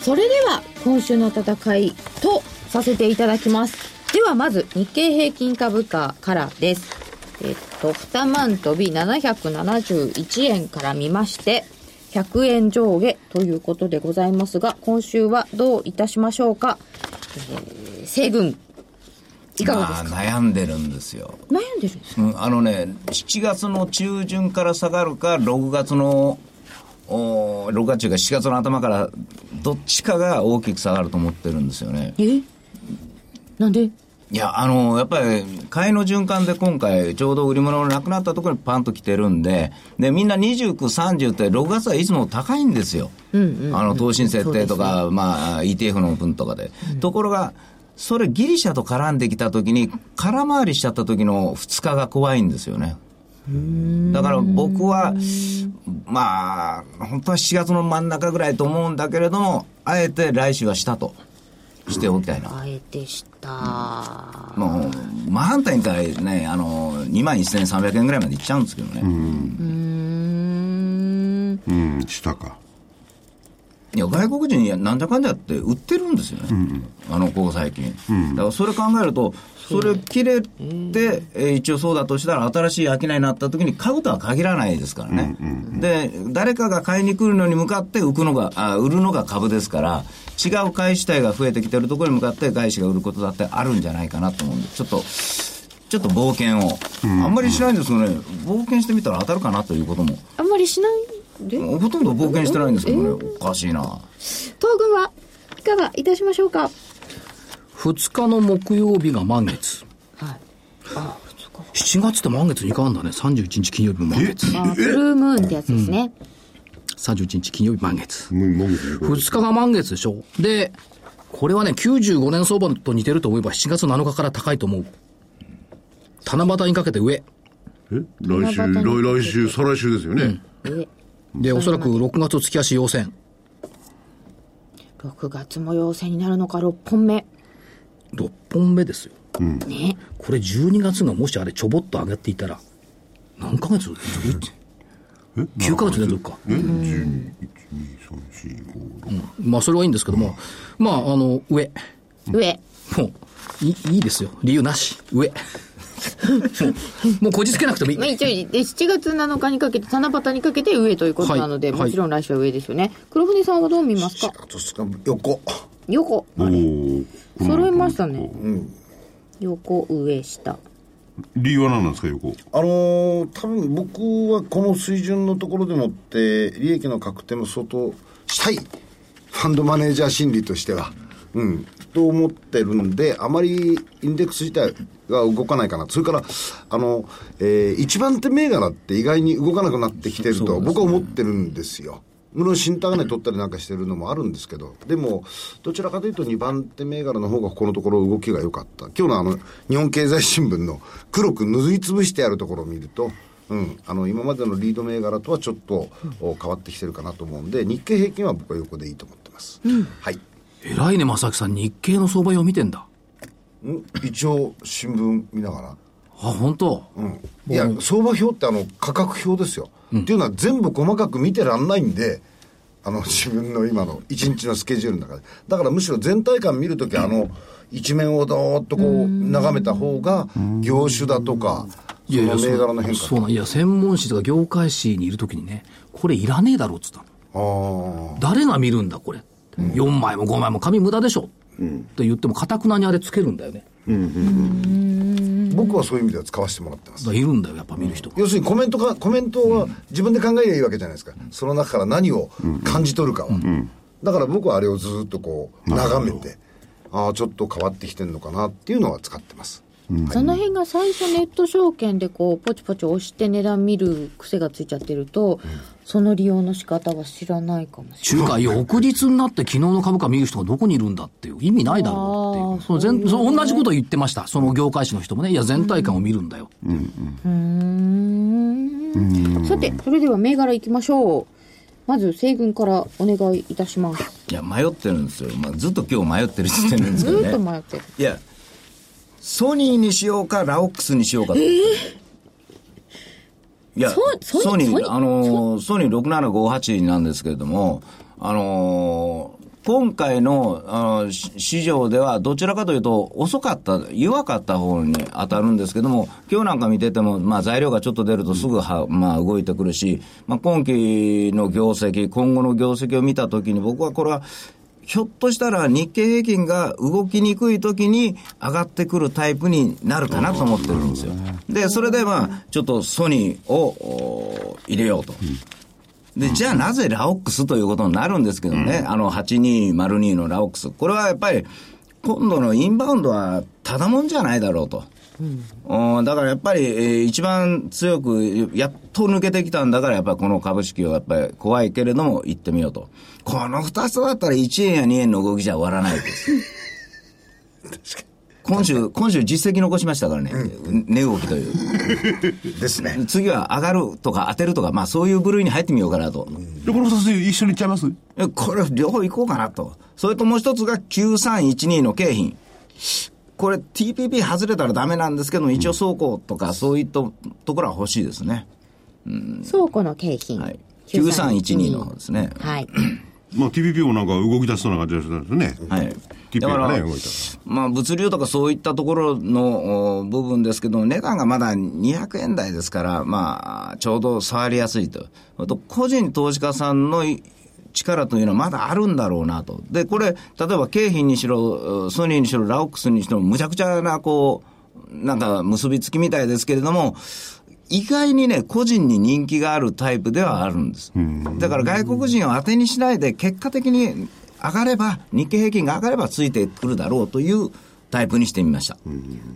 Speaker 1: それでは今週の戦いとさせていただきますではまず日経平均株価からですえっと2万飛び771円から見まして100円上下ということでございますが今週はどういたしましょうか、えー、西軍いかがですか、
Speaker 3: まあ悩んでるんですよ。
Speaker 1: 悩んでるんです
Speaker 3: うん、あのね、7月の中旬から下がるか、6月の、お6月中か7月の頭から、どっちかが大きく下がると思ってるんですよね。
Speaker 1: えなんで
Speaker 3: いや、あの、やっぱり、買いの循環で今回、ちょうど売り物がなくなったところにパンと来てるんで、で、みんな29、30って、6月はいつも高いんですよ。あの、投資設定とか、まあ、ETF の分とかで。ところが、それギリシャと絡んできたときに、空回りしちゃった時の2日が怖いんですよね。だから僕は、まあ、本当は7月の真ん中ぐらいと思うんだけれども、あえて来週はしたとしておきたいな。
Speaker 1: あえてした
Speaker 3: もう、真反対に対してね、あの、2万1300円ぐらいまでいっちゃうんですけどね。
Speaker 5: うん、したか。
Speaker 3: いや、外国人になんだかんだやって売ってるんですよね。あの、ここ最近。だからそれ考えると、それ切れて、えー一応そうだとしたら、新しい商いになった時に買うとは限らないですからね。で、誰かが買いに来るのに向かって浮くのが、あ売るのが株ですから、違う買い主体が増えてきてるところに向かって外資が売ることだってあるんじゃないかなと思うんで、ちょっと、ちょっと冒険を、あんまりしないんですけどね、冒険してみたら当たるかなということも、
Speaker 1: あんまりしないで
Speaker 3: ほとんど冒険してないんですけどね、おかしいな。
Speaker 10: 東軍はいかがいたしましょうか
Speaker 2: 2日の木曜日が満月
Speaker 1: はい
Speaker 2: 7月って満月2回あるんだね31日金曜日も満月
Speaker 1: あブルームーンってやつですね、
Speaker 2: 31日金曜日満月。
Speaker 5: もうもうもう
Speaker 2: 2日が満月でしょ。で、これはね、95年相場と似てると思えば7月7日から高いと思う。七夕にかけて上。
Speaker 5: え来週、来来週、再来週ですよね。
Speaker 2: で、おそらく6月月足陽線。
Speaker 1: 6月も陽性になるのか6本目
Speaker 2: 6本目ですよ。
Speaker 1: ね
Speaker 2: これ12月がもしあれちょぼっと上がっていたら、何ヶ月連続9ヶ月連続か。
Speaker 5: え ?12、1、2、3、4、5、6。
Speaker 2: まあそれはいいんですけども、まああの、上。
Speaker 1: 上
Speaker 2: もう、いいいですよ。理由なし。上。も う、もうこじつけなくてもいい。
Speaker 1: まあ、一応で7月7日にかけて七夕にかけて上ということなので、
Speaker 2: はい
Speaker 1: もちろん来週は上ですよね、黒船さんはどう見ますか
Speaker 4: あとその横
Speaker 1: 横
Speaker 5: おー
Speaker 1: 揃いましたね、横上下
Speaker 5: 理由は何なんですか、横。
Speaker 4: あのー多分僕はこの水準のところでもって利益の確定も相当したいファンドマネージャー心理としてはうんと思ってるんであまりインデックス自体が動かないかなそれからあの、えー一番手銘柄って意外に動かなくなってきてると僕は思ってるんですよ無論新高値取ったりなんかしてるのもあるんですけど、でも、どちらかというと2番手銘柄の方がここのところ動きが良かった。今日のあの、日本経済新聞の黒く塗りつぶしてあるところを見ると、うん、あの、今までのリード銘柄とはちょっと、お変わってきてるかなと思うんで、日経平均は僕は横でいいと思ってます。はい。
Speaker 2: 偉いね、正木さん。日経の相場を見てんだ。
Speaker 4: ん一応、新聞見ながら。
Speaker 2: あ、本当。
Speaker 4: いや、相場表ってあの価格表ですよ、っていうのは全部細かく見てらんないんで、あの 自分の今の一日のスケジュールの中で、だからむしろ全体感見るとき、あの一面をどーっとこう眺めた方が、業種だとか、その銘柄の変
Speaker 2: そ
Speaker 4: 化
Speaker 2: うなんいや、専門誌とか業界誌にいるときにね、これいらねえだろうっつったの。
Speaker 4: あー
Speaker 2: 誰が見るんだ、これ。4枚も5枚も紙無駄でしょ。って言っても、かたくなにあれつけるんだよね。
Speaker 4: 僕はそういう意味では使わせてもらってま
Speaker 2: だ
Speaker 4: す。
Speaker 2: からいるんだよ、やっぱ見る人が。
Speaker 4: 要するにコメントか、コメントは自分で考えりゃいいわけじゃないですか。その中から何を感じ取るかは。だから僕はあれをずーっとこう、眺めて、ああ、ちょっと変わってきてるのかなっていうのは使ってます。
Speaker 1: その辺が最初ネット証券でこうポチポチ押して値段見る癖がついちゃってると、その利用の仕方は知らないかもしれない
Speaker 2: 中華翌日になって昨日の株価見る人がどこにいるんだっていう意味ないだろうっていう。その全そう同じこと言ってました。その業界誌の人もね、いや、全体感を見るんだよ。
Speaker 1: さてそれでは銘柄いきましょうまず西軍からお願いいたします
Speaker 3: いや迷ってるんですよ、まあ、ずっと今日迷ってる時点なんです
Speaker 1: ず
Speaker 3: けど
Speaker 1: ーっと
Speaker 3: ね
Speaker 1: 迷ってる
Speaker 3: いやソニーにしようかラオックスにしようかといや
Speaker 1: ソソニー
Speaker 3: ソニ
Speaker 1: ソニ
Speaker 3: ー
Speaker 1: ー
Speaker 3: あのーソニー6758なんですけれどもあのー今回のあのし市場ではどちらかというと遅かった、弱かった方に当たるんですけども、今日なんか見てても、まあ、材料がちょっと出るとすぐは、まあ、動いてくるし、まあ、今期の業績、今後の業績を見たときに、僕はこれはひょっとしたら日経平均が動きにくい時に上がってくるタイプになるかなと思ってるんですよ。で、それでまあ、ちょっとソニーをおー入れようと。で、じゃあなぜラオックスということになるんですけどね、あの8202のラオックス。これはやっぱり、今度のインバウンドはただもんじゃないだろうと。うんだからやっぱり、えー一番強く、やっと抜けてきたんだから、やっぱりこの株式をやっぱり怖いけれども、行ってみようと。この二つだったら1円や2円の動きじゃ終わらないです。今週、今週実績残しましたからね、値動きという。
Speaker 4: ですね。
Speaker 3: 次は上がるとか当てるとか、まあそういう部類に入ってみようかなと。
Speaker 5: で、この二つ一緒に行っちゃいます
Speaker 3: えこれ両方行こうかなと。それともう一つが9312の景品。これ TPP 外れたらダメなんですけども、一応倉庫とかそういったところは欲しいですね。
Speaker 1: 倉庫の景品、
Speaker 3: はい。9312の方ですね。
Speaker 1: はい
Speaker 5: まあ、TPP もなんか動き出しそうな感じがしたんですよね。
Speaker 3: はい。
Speaker 5: TPP
Speaker 3: だか
Speaker 5: が
Speaker 3: ら
Speaker 5: ね、動いた。
Speaker 3: まあ、物流とかそういったところのお部分ですけど、値段がまだ200円台ですから、まあ、ちょうど触りやすいと。あと、個人投資家さんのい力というのはまだあるんだろうなと。で、これ、例えば景品にしろ、ソニーにしろ、ラオックスにしろ、むちゃくちゃな、こう、なんか結びつきみたいですけれども、意外にね、個人に人気があるタイプではあるんです。だから外国人を当てにしないで、結果的に上がれば、日経平均が上がればついてくるだろうというタイプにしてみました。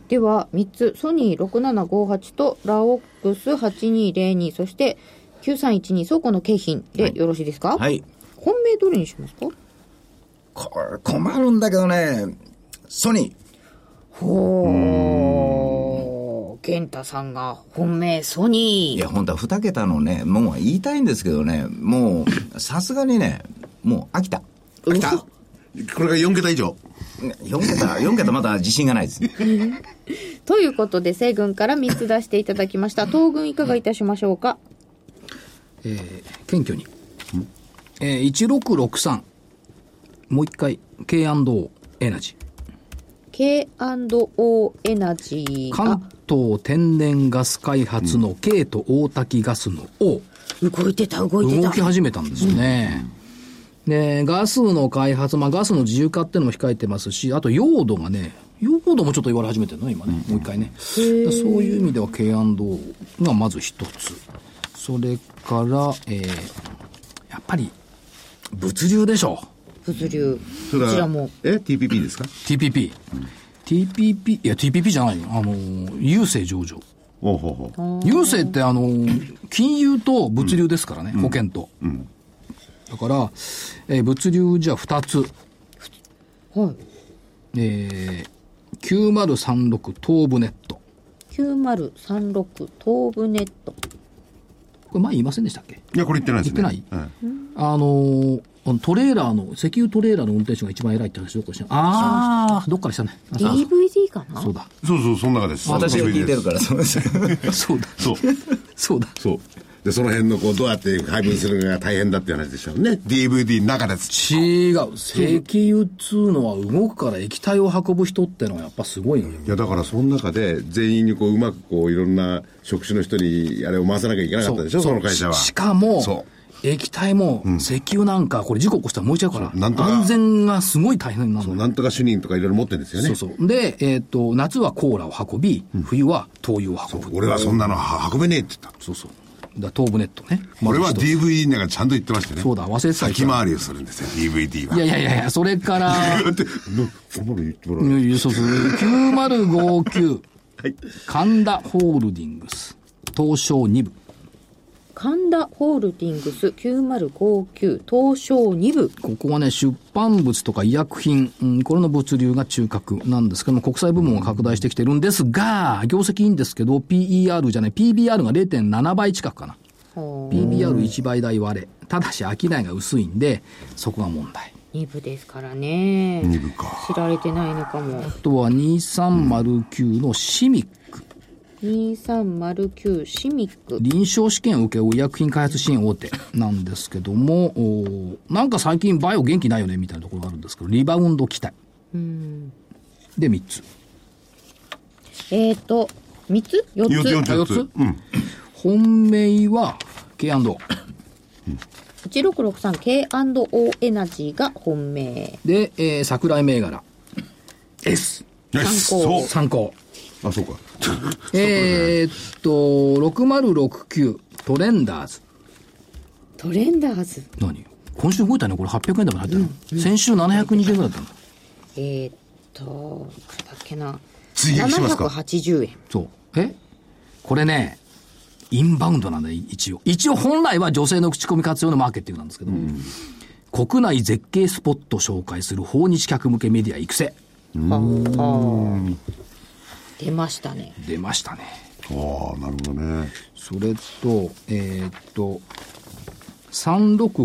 Speaker 1: では3つソニー6758とラオックス8202そして9312倉庫の景品でよろしいですか
Speaker 3: はい。
Speaker 1: 本命どれにしますか
Speaker 3: これ困るんだけどね、ソニー。
Speaker 1: ほー。健太さんが本命ソ
Speaker 3: い
Speaker 1: ニー。
Speaker 3: や、本当は2桁のね、もう言いたいんですけどね、もう、さすがにね、もう飽きた。
Speaker 5: 来たこれが4桁以上。
Speaker 3: 4桁、4桁まだ自信がないです。
Speaker 1: ということで、西軍から3つ出していただきました。東軍いかがいたしましょうか
Speaker 2: えー謙虚に。えー、1663。もう一回、K&O エナジ
Speaker 1: K&O エナジ
Speaker 2: ー。
Speaker 1: ーが
Speaker 2: 関東天然ガス開発の K と大滝ガスの O。
Speaker 11: 動いてた、動いて
Speaker 2: 動
Speaker 11: た
Speaker 2: き。始めたんですよね。で、ガスの開発、まあ、ガスの自由化っていうのも控えてますし、あと、用土がね、用土もちょっと言われ始めてるのね、今ね、もう一回ね。そういう意味では、K&O がまず一つ。それから、えー、やっぱり、物流でしょ
Speaker 1: 物流。
Speaker 5: それ
Speaker 1: こ
Speaker 5: は
Speaker 1: ちらも。
Speaker 5: え ?TPP ですか
Speaker 2: TPP。TPP、いや、TPP じゃないよ。あのー、郵政上場。
Speaker 5: おうほうほう。
Speaker 2: 郵政ってあの金融と物流ですからね、保険と、だから、えー物流じゃあ2つ
Speaker 1: はい。
Speaker 2: えー、9036東部ネット
Speaker 1: 9036東部ネット。
Speaker 2: これ前言いませんでしたっけ
Speaker 5: いや、これ言ってないですね。
Speaker 2: 言って
Speaker 5: ない、
Speaker 2: あのーあのトレーラーの石油トレーラーの運転手が一番偉いって話どっかしたああどっからしたねあ
Speaker 1: DVD かな
Speaker 2: そうだ
Speaker 5: そうそう、その中です。
Speaker 3: 私が
Speaker 5: その
Speaker 3: 聞いてるから、そうです。
Speaker 2: そうだ
Speaker 5: そう。
Speaker 2: そうだ
Speaker 5: そう。で、その辺の、こう、どうやって配分するのが大変だっていう話でしたもんね。DVD の中です。
Speaker 2: 違う石油っつうのは動くから液体を運ぶ人ってのはやっぱすごいのよ
Speaker 5: いや、だからその中で、全員にこう、うまくこう、いろんな職種の人に、あれを回さなきゃいけなかったでしょ、その会社は。
Speaker 2: ししかも
Speaker 5: そ
Speaker 2: 液体も石油なんかこれ事故起こしたら燃えちゃうから
Speaker 5: そうなんとか
Speaker 2: 安全がすごい大変な
Speaker 5: う。
Speaker 2: の
Speaker 5: なんとか主任とかいろいろ持ってるんですよね。
Speaker 2: そうそうで、えっと夏はコーラを運び冬は灯油を運ぶ
Speaker 5: 俺はそんなの運べねえって言っ
Speaker 2: そうそうだから東部ネットね
Speaker 5: た。俺
Speaker 2: ま
Speaker 5: は
Speaker 2: ず一
Speaker 5: DVD の中ちゃんと言ってましたね。
Speaker 2: そうだ忘れてた
Speaker 5: 先回りをするんですよ、DVD は。
Speaker 2: ついやいやいやいやそれから
Speaker 5: だって、なそんなの言ってもら
Speaker 2: い
Speaker 5: え
Speaker 2: やいやそうそう9059
Speaker 5: はい
Speaker 2: 神田ホールディングス東証2部
Speaker 1: 神田ホールディングス9059東証2部
Speaker 2: ここはね、出版物とか医薬品、うんこれの物流が中核なんですけども、国際部門が拡大してきてるんですが、業績いいんですけど、PER じゃない、PBR が0.7倍近くかな。PBR1 倍台割れ。ただし、商いが薄いんで、そこが問題。
Speaker 1: 2部ですからね
Speaker 5: 二部か
Speaker 1: 知られてないのかも
Speaker 2: あとは2309のシミック。
Speaker 1: 2309シミック
Speaker 2: 臨床試験を受け負う医薬品開発支援大手なんですけども、おーなんか最近バイオ元気ないよねみたいなところがあるんですけど、リバウンド期待。で、3つ。
Speaker 1: えっ、ー、と3つ
Speaker 5: よよ
Speaker 1: 4
Speaker 5: よつ
Speaker 2: 四つ本命は K&O
Speaker 1: つ 1663K&O エナジーが本命
Speaker 2: で、えー桜井銘柄 S
Speaker 5: よし
Speaker 1: 参考
Speaker 5: そう。
Speaker 2: 参考
Speaker 5: あ、そうか。
Speaker 2: えーっと6069トレンダーズ
Speaker 1: トレンダーズ
Speaker 2: 何今週動いたねこれ800円台まで入ったの、先週720円ぐらいだったの
Speaker 1: えっ、ー、となんだっけな
Speaker 5: 追撃しますか
Speaker 1: 780円
Speaker 2: そうえこれねインバウンドなんだい一応一応本来は女性の口コミ活用のマーケティングなんですけど、国内絶景スポット紹介する訪日客向けメディア育成
Speaker 1: 出ましたね
Speaker 2: 出ましたね
Speaker 5: ああ、なるほどね。
Speaker 2: それと、えーっと、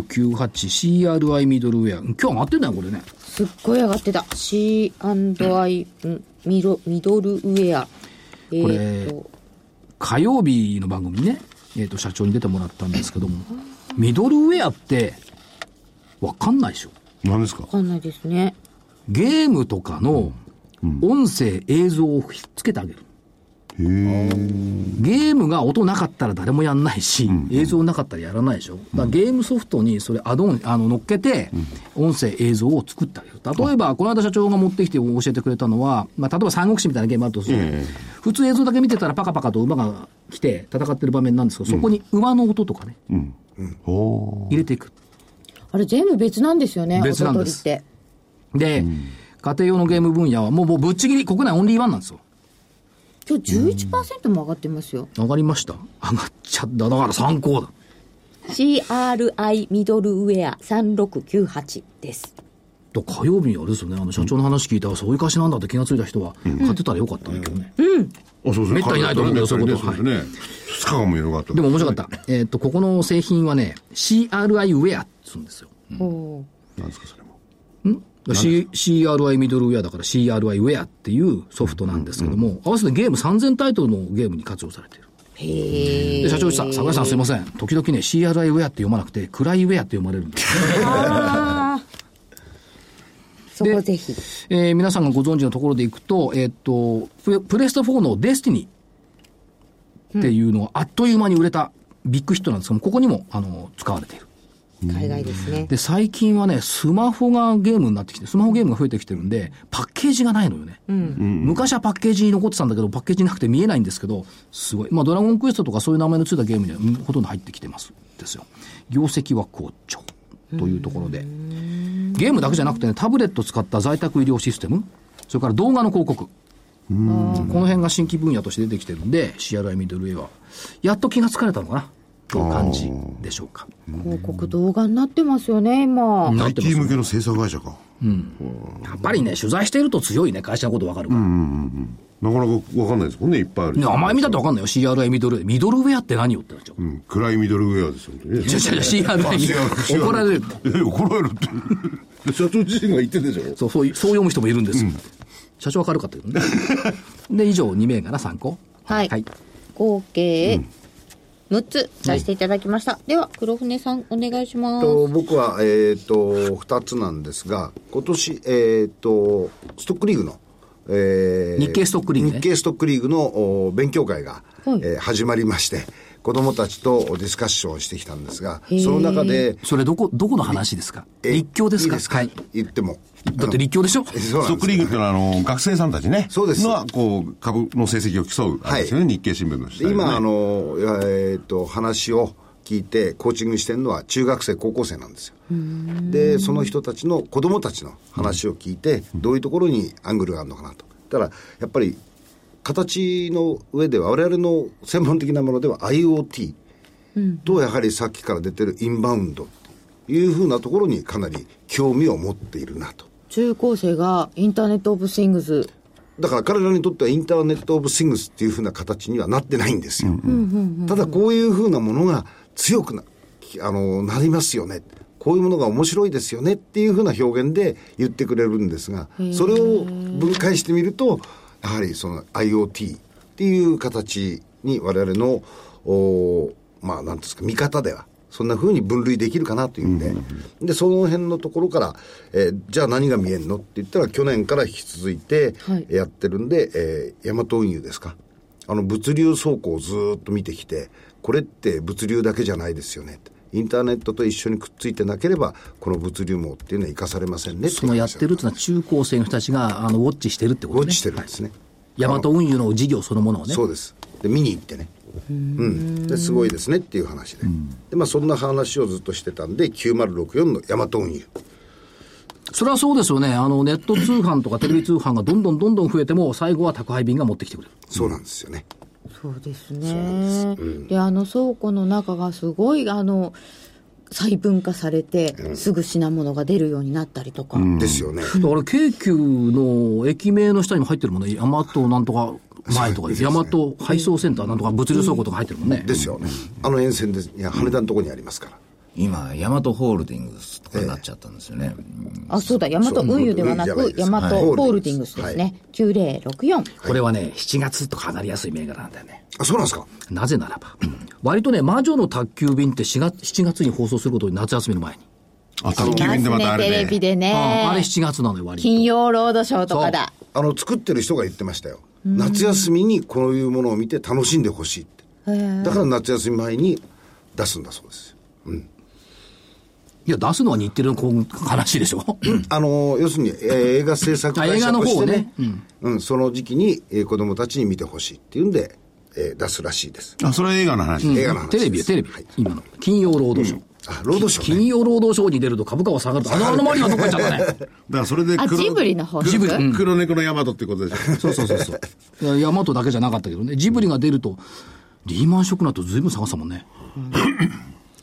Speaker 2: 3698CRI ミドルウェア。今日上がってんだよ、これね。
Speaker 1: すっごい上がってた C&I んミロミドルウェアえっ、
Speaker 2: れ
Speaker 1: ー、と
Speaker 2: 火曜日の番組にね、えーっと、社長に出てもらったんですけども、ミドルウェアって、わかんないでしょ。
Speaker 5: 何ですか
Speaker 1: わかんないですね
Speaker 2: ゲームとかの音声、映像をひっつけてあげる。ゲームが音なかったら誰もやんないし、映像なかったらやらないでしょ。だからゲームソフトにそれアドオン、あの、乗っけて、音声、映像を作ってあげる。例えば、この間社長が持ってきて教えてくれたのは、まあ、例えば三国志みたいなゲームあるとする、普通映像だけ見てたらパカパカと馬が来て戦ってる場面なんですけど、そこに馬の音とかね、入れていく。
Speaker 1: あれ全部別なんですよね
Speaker 2: 別なんです
Speaker 1: 音取りっ
Speaker 2: で、
Speaker 1: て
Speaker 2: 家庭用のゲーム分野はもう、もうぶっちぎり国内オンリーワンなんですよ。
Speaker 1: 今日11%も上がってますよ
Speaker 2: 上がりました上がっちゃっただから参考だ
Speaker 10: CRI ミドルウェア3698です。
Speaker 2: と火曜日にあれですよね、あの社長の話聞いたら、そういう会社なんだって気がついた人は、買ってたらよかったね、今日ね。
Speaker 5: あ、そうですね。
Speaker 2: めったにないと思うけどそういうこと
Speaker 5: は。
Speaker 2: はいい
Speaker 5: そうですね。2日間もいろかった。
Speaker 2: でも面白かった。えっと、ここの製品はね、CRI ウェアって言うんですよ。
Speaker 5: た。なんですか、それも。
Speaker 2: C- CRI ミドルウェアだから CRI ウェアっていうソフトなんですけども、合わせてゲーム3000タイトルのゲームに活用されている。で社長さん、桜井さんすいません。時々ね、CRI ウェアって読まなくて、暗いウェアって読まれるんですよ。
Speaker 10: そこぜひ。
Speaker 2: えー皆さんがご存知のところでいくと、えーっと、ププレステ4のデスティニーっていうのはあっという間に売れたビッグヒットなんですけども、ここにも、あの、使われている。
Speaker 10: 海外ですね。
Speaker 2: で、最近はね、スマホがゲームになってきて、スマホゲームが増えてきてるんで、パッケージがないのよね。昔はパッケージに残ってたんだけど、パッケージなくて見えないんですけど、すごい。まあ、ドラゴンクエストとかそういう名前のついたゲームにはうんほとんど入ってきてます。ですよ。業績は好調。というところで。ゲームだけじゃなくてね、タブレット使った在宅医療システム、それから動画の広告。この辺が新規分野として出てきてるんで、CRI ミドルウェアは、やっと気がつかれたのかな、という感じでしょうか。
Speaker 1: 広告動画になってますよね、今。
Speaker 2: なってます
Speaker 5: IT 向けの制作会社か。
Speaker 2: やっぱりね、取材していると強いね、会社のこと分かるから。
Speaker 5: なかなかわかんないですもんね、いっぱいある。
Speaker 2: ね名前見たって分かんないよ、CRI ミドルウェア。ミドルウェアって何よってなっちゃう。
Speaker 5: うん、暗いミドルウェアですよ、本当にね
Speaker 2: いやいやいや CRI ミドルウェア。怒られる。
Speaker 5: え怒られるって。社長自身が言ってたじゃん。
Speaker 2: そう、そういう、そう読む人もいるんですよ。社長は軽かったけどね。 で、以上、2名がな、参考。
Speaker 10: はい
Speaker 2: はい。
Speaker 10: 合計6つ出していただきました。では、黒船さん、お願いしま
Speaker 4: えっ
Speaker 10: す。
Speaker 4: と僕は、えっと2つなんですが今年、えっとストックリーグの、え
Speaker 2: 日経ストックリーグね
Speaker 4: 日経ストックリーグのお勉強会が、えー始まりまして子どもたちとディスカッションをしてきたんですがその中で
Speaker 2: それ、どこ、どこの話ですか
Speaker 4: え
Speaker 2: 立教ですか
Speaker 4: いいですか、
Speaker 2: はい。
Speaker 4: 言っても
Speaker 2: だって立教でしょ
Speaker 4: えそう
Speaker 5: ス
Speaker 4: なん
Speaker 5: ト
Speaker 4: です
Speaker 5: ックリングってのは、あの、学生さんたちね。
Speaker 4: そうです
Speaker 5: の、こう、株の成績を競う、あれですよね、日経新聞の下
Speaker 4: で
Speaker 5: でね
Speaker 4: 今、あ、の、えーっと、話を聞いて、コーチングしてるのは中学生、高校生なんですよ。で、その人たちの、子供たちの話を聞いて、どういうところにアングルがあるのかなと。ただ、やっぱり、形の上では、我々の専門的なものでは IoT と、やはりさっきから出てるインバウンドというふうなところにかなり興味を持っているなと。
Speaker 1: 中高生がインターネットオブシングス。
Speaker 4: だから彼らにとってはインターネット・オブ・シングスっていうふうな形にはなってないんですよ。ただこういうふうなものが強くなきあのなりますよね。こういうものが面白いですよねっていうふうな表現で言ってくれるんですが、それを分解してみると、やはりその IoT っていう形に我々の、おまあ、なんていうんですか、見方では、そんなふうに分類できるかなというんで、で、その辺のところから、えーじゃあ何が見えんのって言ったら、去年から引き続いて
Speaker 1: はい
Speaker 4: やってるんで、えーヤマト運輸ですか。あの、物流倉庫をずーっと見てきて、これって物流だけじゃないですよね。インターネットと一緒にくっついてなければ、この物流網っていうのは生かされませんね。
Speaker 2: そのやってるっていうのは中高生の人たちが、あの、ウォッチしてるってこと
Speaker 4: ウ
Speaker 2: ね。
Speaker 4: ォッチしてるんですね。
Speaker 2: ヤマト運輸の事業そのものをね。
Speaker 4: そうですで見に行ってねうんですごいですねっていう話で,、でまあ、そんな話をずっとしてたんで9064のヤマト運輸
Speaker 2: それはそうですよね。あの、ネット通販とかテレビ通販がどんどんどんどん増えても、最後は宅配便が持ってきてくれる。
Speaker 4: そうなんですよね、
Speaker 1: そうですね。であの倉庫の中がすごい、あの、細分化されて、すぐ品物が出るようになったりとか。
Speaker 4: ですよね、
Speaker 2: だから京急の駅名の下にも入ってるもんね、大和なんとか前とか、大和配送センターなんとか物流倉庫とか入ってるもんね。
Speaker 4: ですよねあの沿線ですいや羽田のとこにありますから、
Speaker 3: 今、ヤマトホールディングスとかになっちゃったんですよね。
Speaker 1: あ、そうだ、ヤマト運輸ではな
Speaker 4: そう
Speaker 1: く、
Speaker 4: です
Speaker 1: ヤマ
Speaker 4: はい
Speaker 1: トホールディングスですね。9064。
Speaker 2: これはね、7月とかなりやすい銘柄なんだよね。
Speaker 4: あそうなんですか
Speaker 2: なぜならば、割とね、魔女の宅急便って4月、7月に放送することに夏休みの前に。
Speaker 5: あ、宅急便でまたあれ
Speaker 1: テ
Speaker 5: で
Speaker 1: レビで
Speaker 2: ああれ
Speaker 1: ね。
Speaker 2: 7月なのよ、割と。
Speaker 1: 金曜ロードショーとかだ。
Speaker 4: あの作ってる人が言ってましたよ夏休みにこういうものを見て楽しんでほしいってだから夏休み前に出すんだそうです
Speaker 2: いや、出すのは日テレのこう話でしょ。
Speaker 4: あの要するに、えー映画制作会社として
Speaker 2: あ映
Speaker 4: ねうんその時期に、えー子供たちに見てほしいっていうんで、えー出すらしいです
Speaker 5: あ、それは映画の話で
Speaker 4: 映画の話
Speaker 2: テレビ
Speaker 4: で
Speaker 2: よ、
Speaker 4: す
Speaker 2: テレビ
Speaker 4: はい。
Speaker 2: 今の。金曜ロードショー。
Speaker 4: あロードショー、ね、
Speaker 2: 金曜ロードショーに出ると株価は下がると。あの、あの周りはどっか行っちゃったね。
Speaker 5: だからそれで
Speaker 1: あ、ジブリの方
Speaker 2: ジブリ。うん
Speaker 5: 黒猫のヤマトってことでしょ。
Speaker 2: そうそうそうそう。いやヤマトだけじゃなかったけどね。ジブリが出ると、リーマンショックの後ずいぶん下がってたもんね。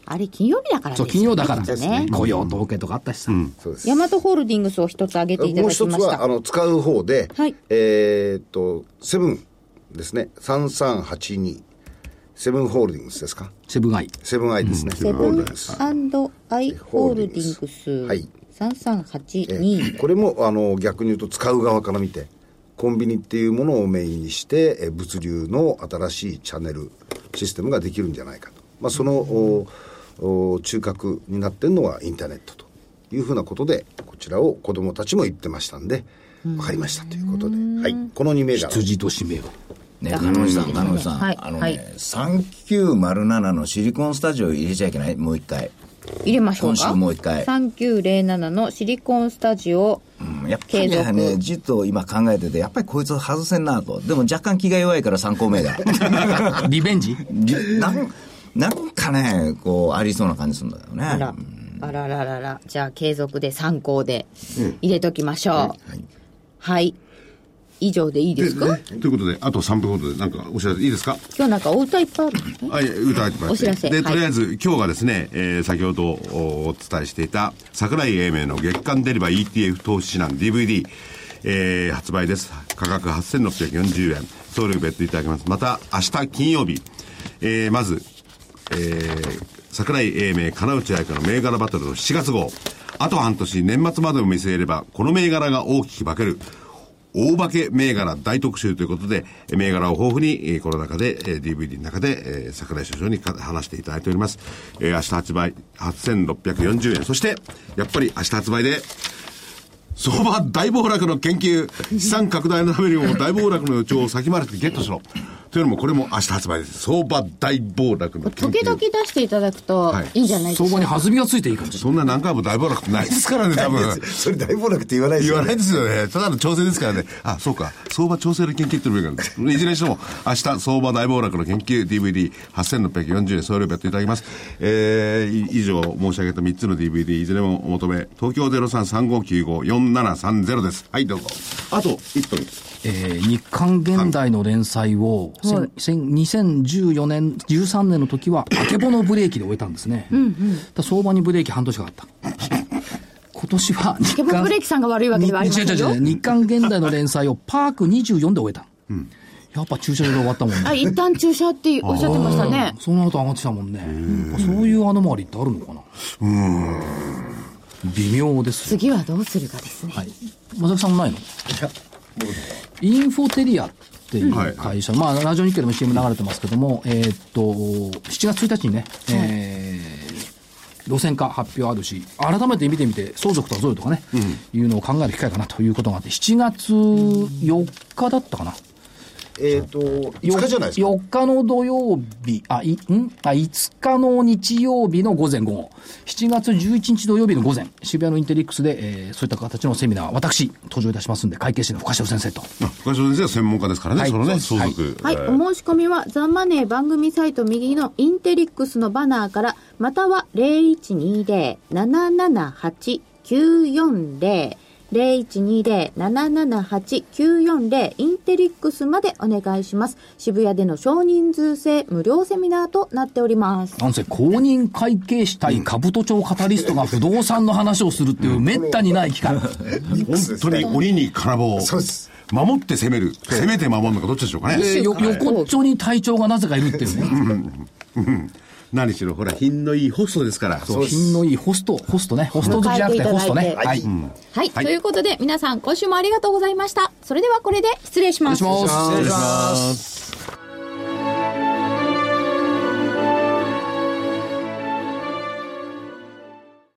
Speaker 1: あれ金曜日だから
Speaker 2: そう、金曜だから、
Speaker 1: ですよねきっとね
Speaker 2: 雇用統計とかあったしさ。
Speaker 4: そうです
Speaker 10: ヤマトホールディングスを一つ挙げていただ
Speaker 4: もう
Speaker 10: き
Speaker 4: 一つ
Speaker 10: まし
Speaker 4: はあ
Speaker 10: た。
Speaker 4: の使う方で、
Speaker 10: はい
Speaker 4: えーっとセブンですね3382セブンホールディングスですか
Speaker 2: セブンアイ。
Speaker 4: セブンアイですね、
Speaker 10: セ
Speaker 4: ホー
Speaker 10: ブ
Speaker 4: ルデ
Speaker 10: ン
Speaker 4: ィングス
Speaker 10: アンドアイホールディングス
Speaker 4: はいえ
Speaker 10: 3382
Speaker 4: ー。これもあの逆に言うと使う側から見てコンビニっていうものをメインにしてえー物流の新しいチャンネルシステムができるんじゃないかと、まあ、その、おお中核になってるのはインターネットというふうなことでこちらを子どもたちも言ってましたんで分かりましたということで、はい、この2名が
Speaker 2: 辻と指名を。
Speaker 3: ね、カノさん、カノさん、
Speaker 1: はい
Speaker 3: あの
Speaker 1: はい
Speaker 3: ね、3907のシリコンスタジオ入れちゃいけないもう一回。
Speaker 1: 入れましょう
Speaker 3: 今週
Speaker 1: か
Speaker 3: もう一回
Speaker 10: 3907のシリコンスタジオ。
Speaker 3: うんやっぱ
Speaker 10: 継
Speaker 3: り
Speaker 10: 続
Speaker 3: ね、じっと今考えてて、やっぱりこいつ外せんなと。でも若干気が弱いから3個 目が。
Speaker 2: リベンジ
Speaker 3: じなんなんかね、こう、ありそうな感じするんだよね。
Speaker 1: あらあららららじゃあ継続で参考で入れときましょう、はい、以上でいいですか
Speaker 5: ということで、あと3分ほどで、なんかお知らせいいですか
Speaker 10: 今日なんかお歌いっぱいあるのね
Speaker 5: はい、歌入ってま
Speaker 10: お知らせ
Speaker 5: で、
Speaker 10: はい
Speaker 5: とりあえず、今日がですね、えー先ほどおお伝えしていた、桜井英明の月間デリバ ETF 投資指南 DVD、えー発売です。価格8640円。送料別途いただきます。また、明日金曜日、えーまず、えー桜井英明、金内彩香の銘柄バトルの7月号。あと半年、年末までを見据えれば、この銘柄が大きく化ける。大化け銘柄大特集ということで、えー銘柄を豊富に、えーこの中で、えー DVD の中で、えー桜井所長にか話していただいております。えー明日発売、8640円。そして、やっぱり明日発売で、相場大暴落の研究、資産拡大のためにも大暴落の予兆を先回りしてゲットしろ。というのも、これも明日発売です。相場大暴落の研究。
Speaker 1: 時々出していただくと
Speaker 5: はい
Speaker 1: いいんじゃないですか、
Speaker 2: 相場に弾みがついていいかもしれ
Speaker 5: そんな何回も大暴落ってないですからね、多分。
Speaker 4: それ大暴落って言わないです
Speaker 5: 言
Speaker 4: よ
Speaker 5: わな
Speaker 4: ね
Speaker 5: いですよね。ただの調整ですからね。あ、そうか。相場調整の研究っていうのもいいから。いずれにしても、明日、相場大暴落の研究 DVD8640 円送料別途いただきます。えー、い以上申し上げた3つの DVD、いずれもお求め、東京0335954730です。はい、どうぞ。あと1分。
Speaker 2: ない、えー日刊現代の連載を、せんせん2014年、13年の時は、あけぼのブレーキで終えたんですね。だから相場にブレーキ半年かかった。今年は日
Speaker 1: ケボ
Speaker 2: 刊、
Speaker 1: ブレーキさんが悪いわけではありませんよ
Speaker 2: に違う違う違う日刊現代の連載をパーク24で終えた。やっぱ駐車場で終わったもんね
Speaker 1: あ。一旦注射っておっしゃってましたね
Speaker 2: その後上がってきたもんね。そういう穴回りってあるのかな微妙ですよ。
Speaker 1: 次はどうするかですね、
Speaker 2: はい。まさきさんもないのインフォテリアっていう会社、まあ、ラジオ日経でも CM 流れてますけども、えーっと、7月1日にね、えー路線化発表あるし、改めて見てみて、相続とか贈与とかね、いうのを考える機会かなということがあって、7月4日だったかな。
Speaker 4: えーっと5日じゃないですか
Speaker 2: 4日の土曜日、あ、い、んあ、5日の日曜日の午前午後、7月11日土曜日の午前、渋谷のインテリックスで、えーそういった形のセミナー、私、登場いたしますんで、会計士の深潮先生と。
Speaker 5: あ深島先生は専門家ですからね、
Speaker 2: はい
Speaker 5: そのね、
Speaker 2: そう
Speaker 5: 相
Speaker 2: です
Speaker 5: 続。
Speaker 10: はい、
Speaker 5: え
Speaker 10: お
Speaker 5: ー
Speaker 10: 申し込みはザ・マネー番組サイト右のインテリックスのバナーから、または0120-778-940、0120-778-940インテリックスまでお願いします。渋谷での少人数制無料セミナーとなっております。
Speaker 2: なんせ、公認会計士対兜町カタリストが不動産の話をするっていう、めったにない機会。
Speaker 5: 本当に鬼に金棒を。
Speaker 4: そうです
Speaker 5: 守って攻める。攻めて守るのかどっちでしょうかね。
Speaker 2: で、よ横っちょに隊長がなぜかいるっていうね。
Speaker 5: 何しろ、ほら、品のいいホストですから。
Speaker 2: そう品のいいホスト、ホストね。ホスト好きじゃなくて、ホストね。はい。失
Speaker 10: はい、ということで皆さん今週もありがとうございました。それではこれで失礼します。
Speaker 2: 礼します。
Speaker 3: 失礼します。